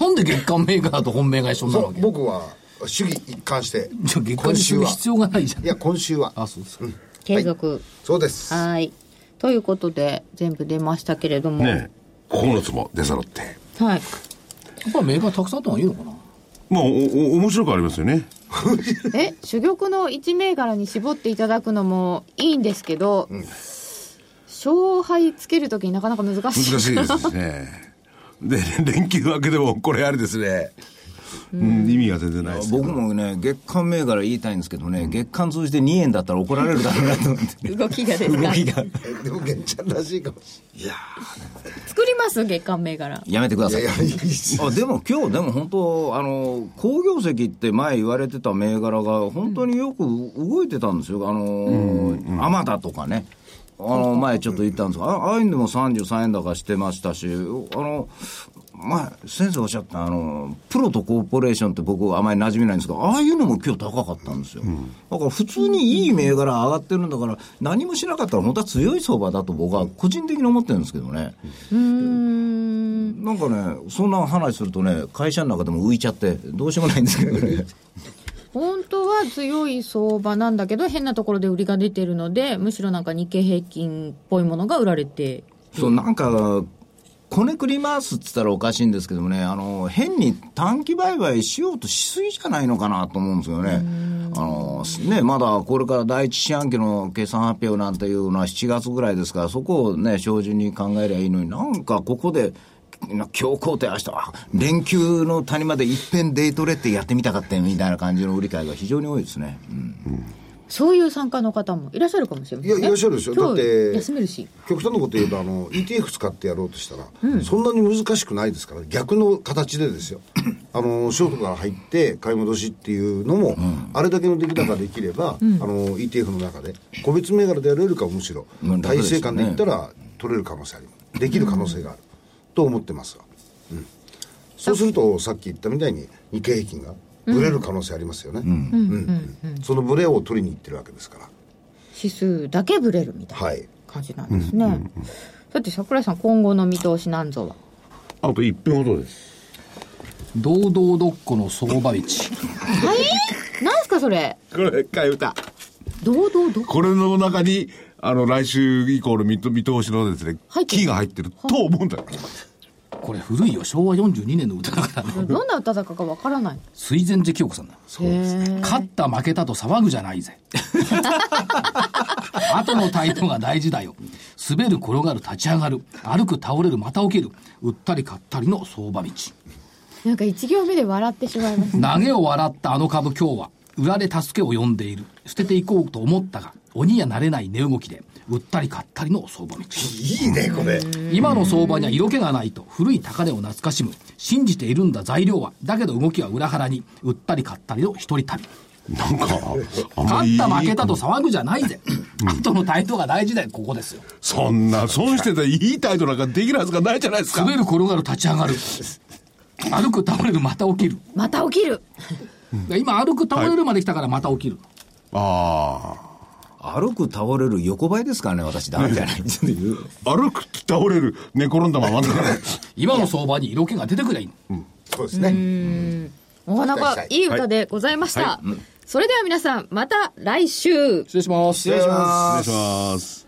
Speaker 1: なんで月間銘柄と本命が一緒になる
Speaker 5: そ
Speaker 1: わ
Speaker 5: う
Speaker 1: け
Speaker 5: 僕は主義一貫して
Speaker 1: じゃあ月間にする必要がないじゃん
Speaker 5: いや今週は
Speaker 1: あそうですか、
Speaker 10: 継続
Speaker 5: そうです
Speaker 10: はい
Speaker 4: ということで全部出ましたけれども、
Speaker 8: ねえ9つも出揃って
Speaker 1: や
Speaker 4: はい
Speaker 1: っぱり銘柄たくさんあった方がいいのかな
Speaker 8: まあおお面白くありますよね
Speaker 4: え珠玉の一銘柄に絞っていただくのもいいんですけど、勝敗つけるときになかなか難しい
Speaker 8: 難しいですね で連休明けでもこれあれですね、うん、意味が全然ないですけど
Speaker 7: 僕もね月間銘柄言いたいんですけどね、月間通じて2円だったら怒られるだろうなと思って
Speaker 10: 動きがですか
Speaker 7: 動きが
Speaker 5: えでも玄ちゃんらしいかもし
Speaker 10: 作ります月間銘柄
Speaker 7: やめてくださ
Speaker 5: れ
Speaker 7: い
Speaker 5: ないいやいやいいです
Speaker 7: あでも今日でも本当あの好業績って前言われてた銘柄が本当によく動いてたんですよあのアマダとかねあの前ちょっと言ったんですがあああいうのも33円高してましたしあの前先生おっしゃったあのプロとコーポレーションって僕あまり馴染みないんですがああいうのも今日高かったんですよ、だから普通にいい銘柄上がってるんだから何もしなかったら本当は強い相場だと僕は個人的に思ってるんですけどね、なんかね、そんな話するとね、会社の中でも浮いちゃって、どうしようもないんですけど ね。
Speaker 4: 本当は強い相場なんだけど変なところで売りが出てるのでむしろなんか日経平均っぽいものが売られて
Speaker 7: そう、なんか、こねくり回すって言ったらおかしいんですけどもね、あの、変に短期売買しようとしすぎじゃないのかなと思うんですよね。あの、ね、まだこれから第一四半期の決算発表なんていうのは7月ぐらいですから、そこをね、照準に考えりゃいいのに、なんかここで、今日肯定明日あ連休の谷まで一遍デートレってやってみたかったよみたいな感じの売り買いが非常に多いですね。うん
Speaker 4: そういう参加の方もいらっしゃるかもしれませんね
Speaker 5: いやいらっしゃるでしょ
Speaker 4: 今日
Speaker 5: だって
Speaker 4: 休めるし
Speaker 5: 極端なこと言えばあの ETF 使ってやろうとしたら、そんなに難しくないですから逆の形でですよあのショートから入って買い戻しっていうのも、あれだけの出来高できれば、あの ETF の中で個別銘柄でやれるかむしろ、
Speaker 7: うん楽
Speaker 5: 体
Speaker 7: です
Speaker 5: 制
Speaker 7: ね
Speaker 5: 間でいったら取れる可能性ありますできる可能性がある、と思ってますが、うん、そうするとさっき言ったみたいに日経平均がブレる可能性ありますよね、うんうんそのブレを取りに行ってるわけですから
Speaker 4: 指数だけブレるみたいな
Speaker 5: はい
Speaker 4: 感じなんですね、さて桜井さん今後の見通しなんぞは
Speaker 8: あと1分ほどです
Speaker 1: 堂々どっこの相場道
Speaker 4: 何ですかそれ
Speaker 8: これ替え歌
Speaker 4: 堂々 ど
Speaker 8: これの中にあの来週以降の見と見通しのですね
Speaker 4: 入ってる
Speaker 8: キーが入ってると思うんだよ
Speaker 1: これ古いよ昭和42年の歌だからね
Speaker 4: どんな歌坂かわからない
Speaker 1: 水前寺清子さんだ
Speaker 4: そうですね
Speaker 1: 勝った負けたと騒ぐじゃないぜ 後の態度が大事だよ滑る転がる立ち上がる歩く倒れるまた起きる売ったり買ったりの相場道
Speaker 4: なんか一行目で笑ってしまいます
Speaker 1: 投げを笑ったあの株今日は売られ助けを呼んでいる捨てていこうと思ったが鬼にはなれない値動きで売ったり買ったりの相場道
Speaker 5: いいねこれ
Speaker 1: 今の相場には色気がないと古い高値を懐かしむ信じているんだ材料はだけど動きは裏腹に売ったり買ったりの一人旅
Speaker 8: なんかあんま
Speaker 1: 勝
Speaker 8: り
Speaker 1: った負けたと騒ぐじゃないぜ後の態度が大事だよここですよ
Speaker 8: そんな損してたらいい態度なんかできるはずがないじゃないですか
Speaker 1: 滑る転がる立ち上がる歩く倒れるまた起きる
Speaker 4: また起きる
Speaker 1: 今歩く倒れるまで来たからまた起きる、
Speaker 8: あ
Speaker 7: 歩く倒れる横ばいですからね、私、 ダメじゃないっていう。
Speaker 8: あ歩く倒れる寝転んだままだから
Speaker 1: 今の相場に色気が出てくりゃいいの
Speaker 5: そうですね、
Speaker 4: なかなかいい歌でございました、それでは皆さんまた来週
Speaker 1: 失礼します
Speaker 5: 失礼します
Speaker 8: 失礼します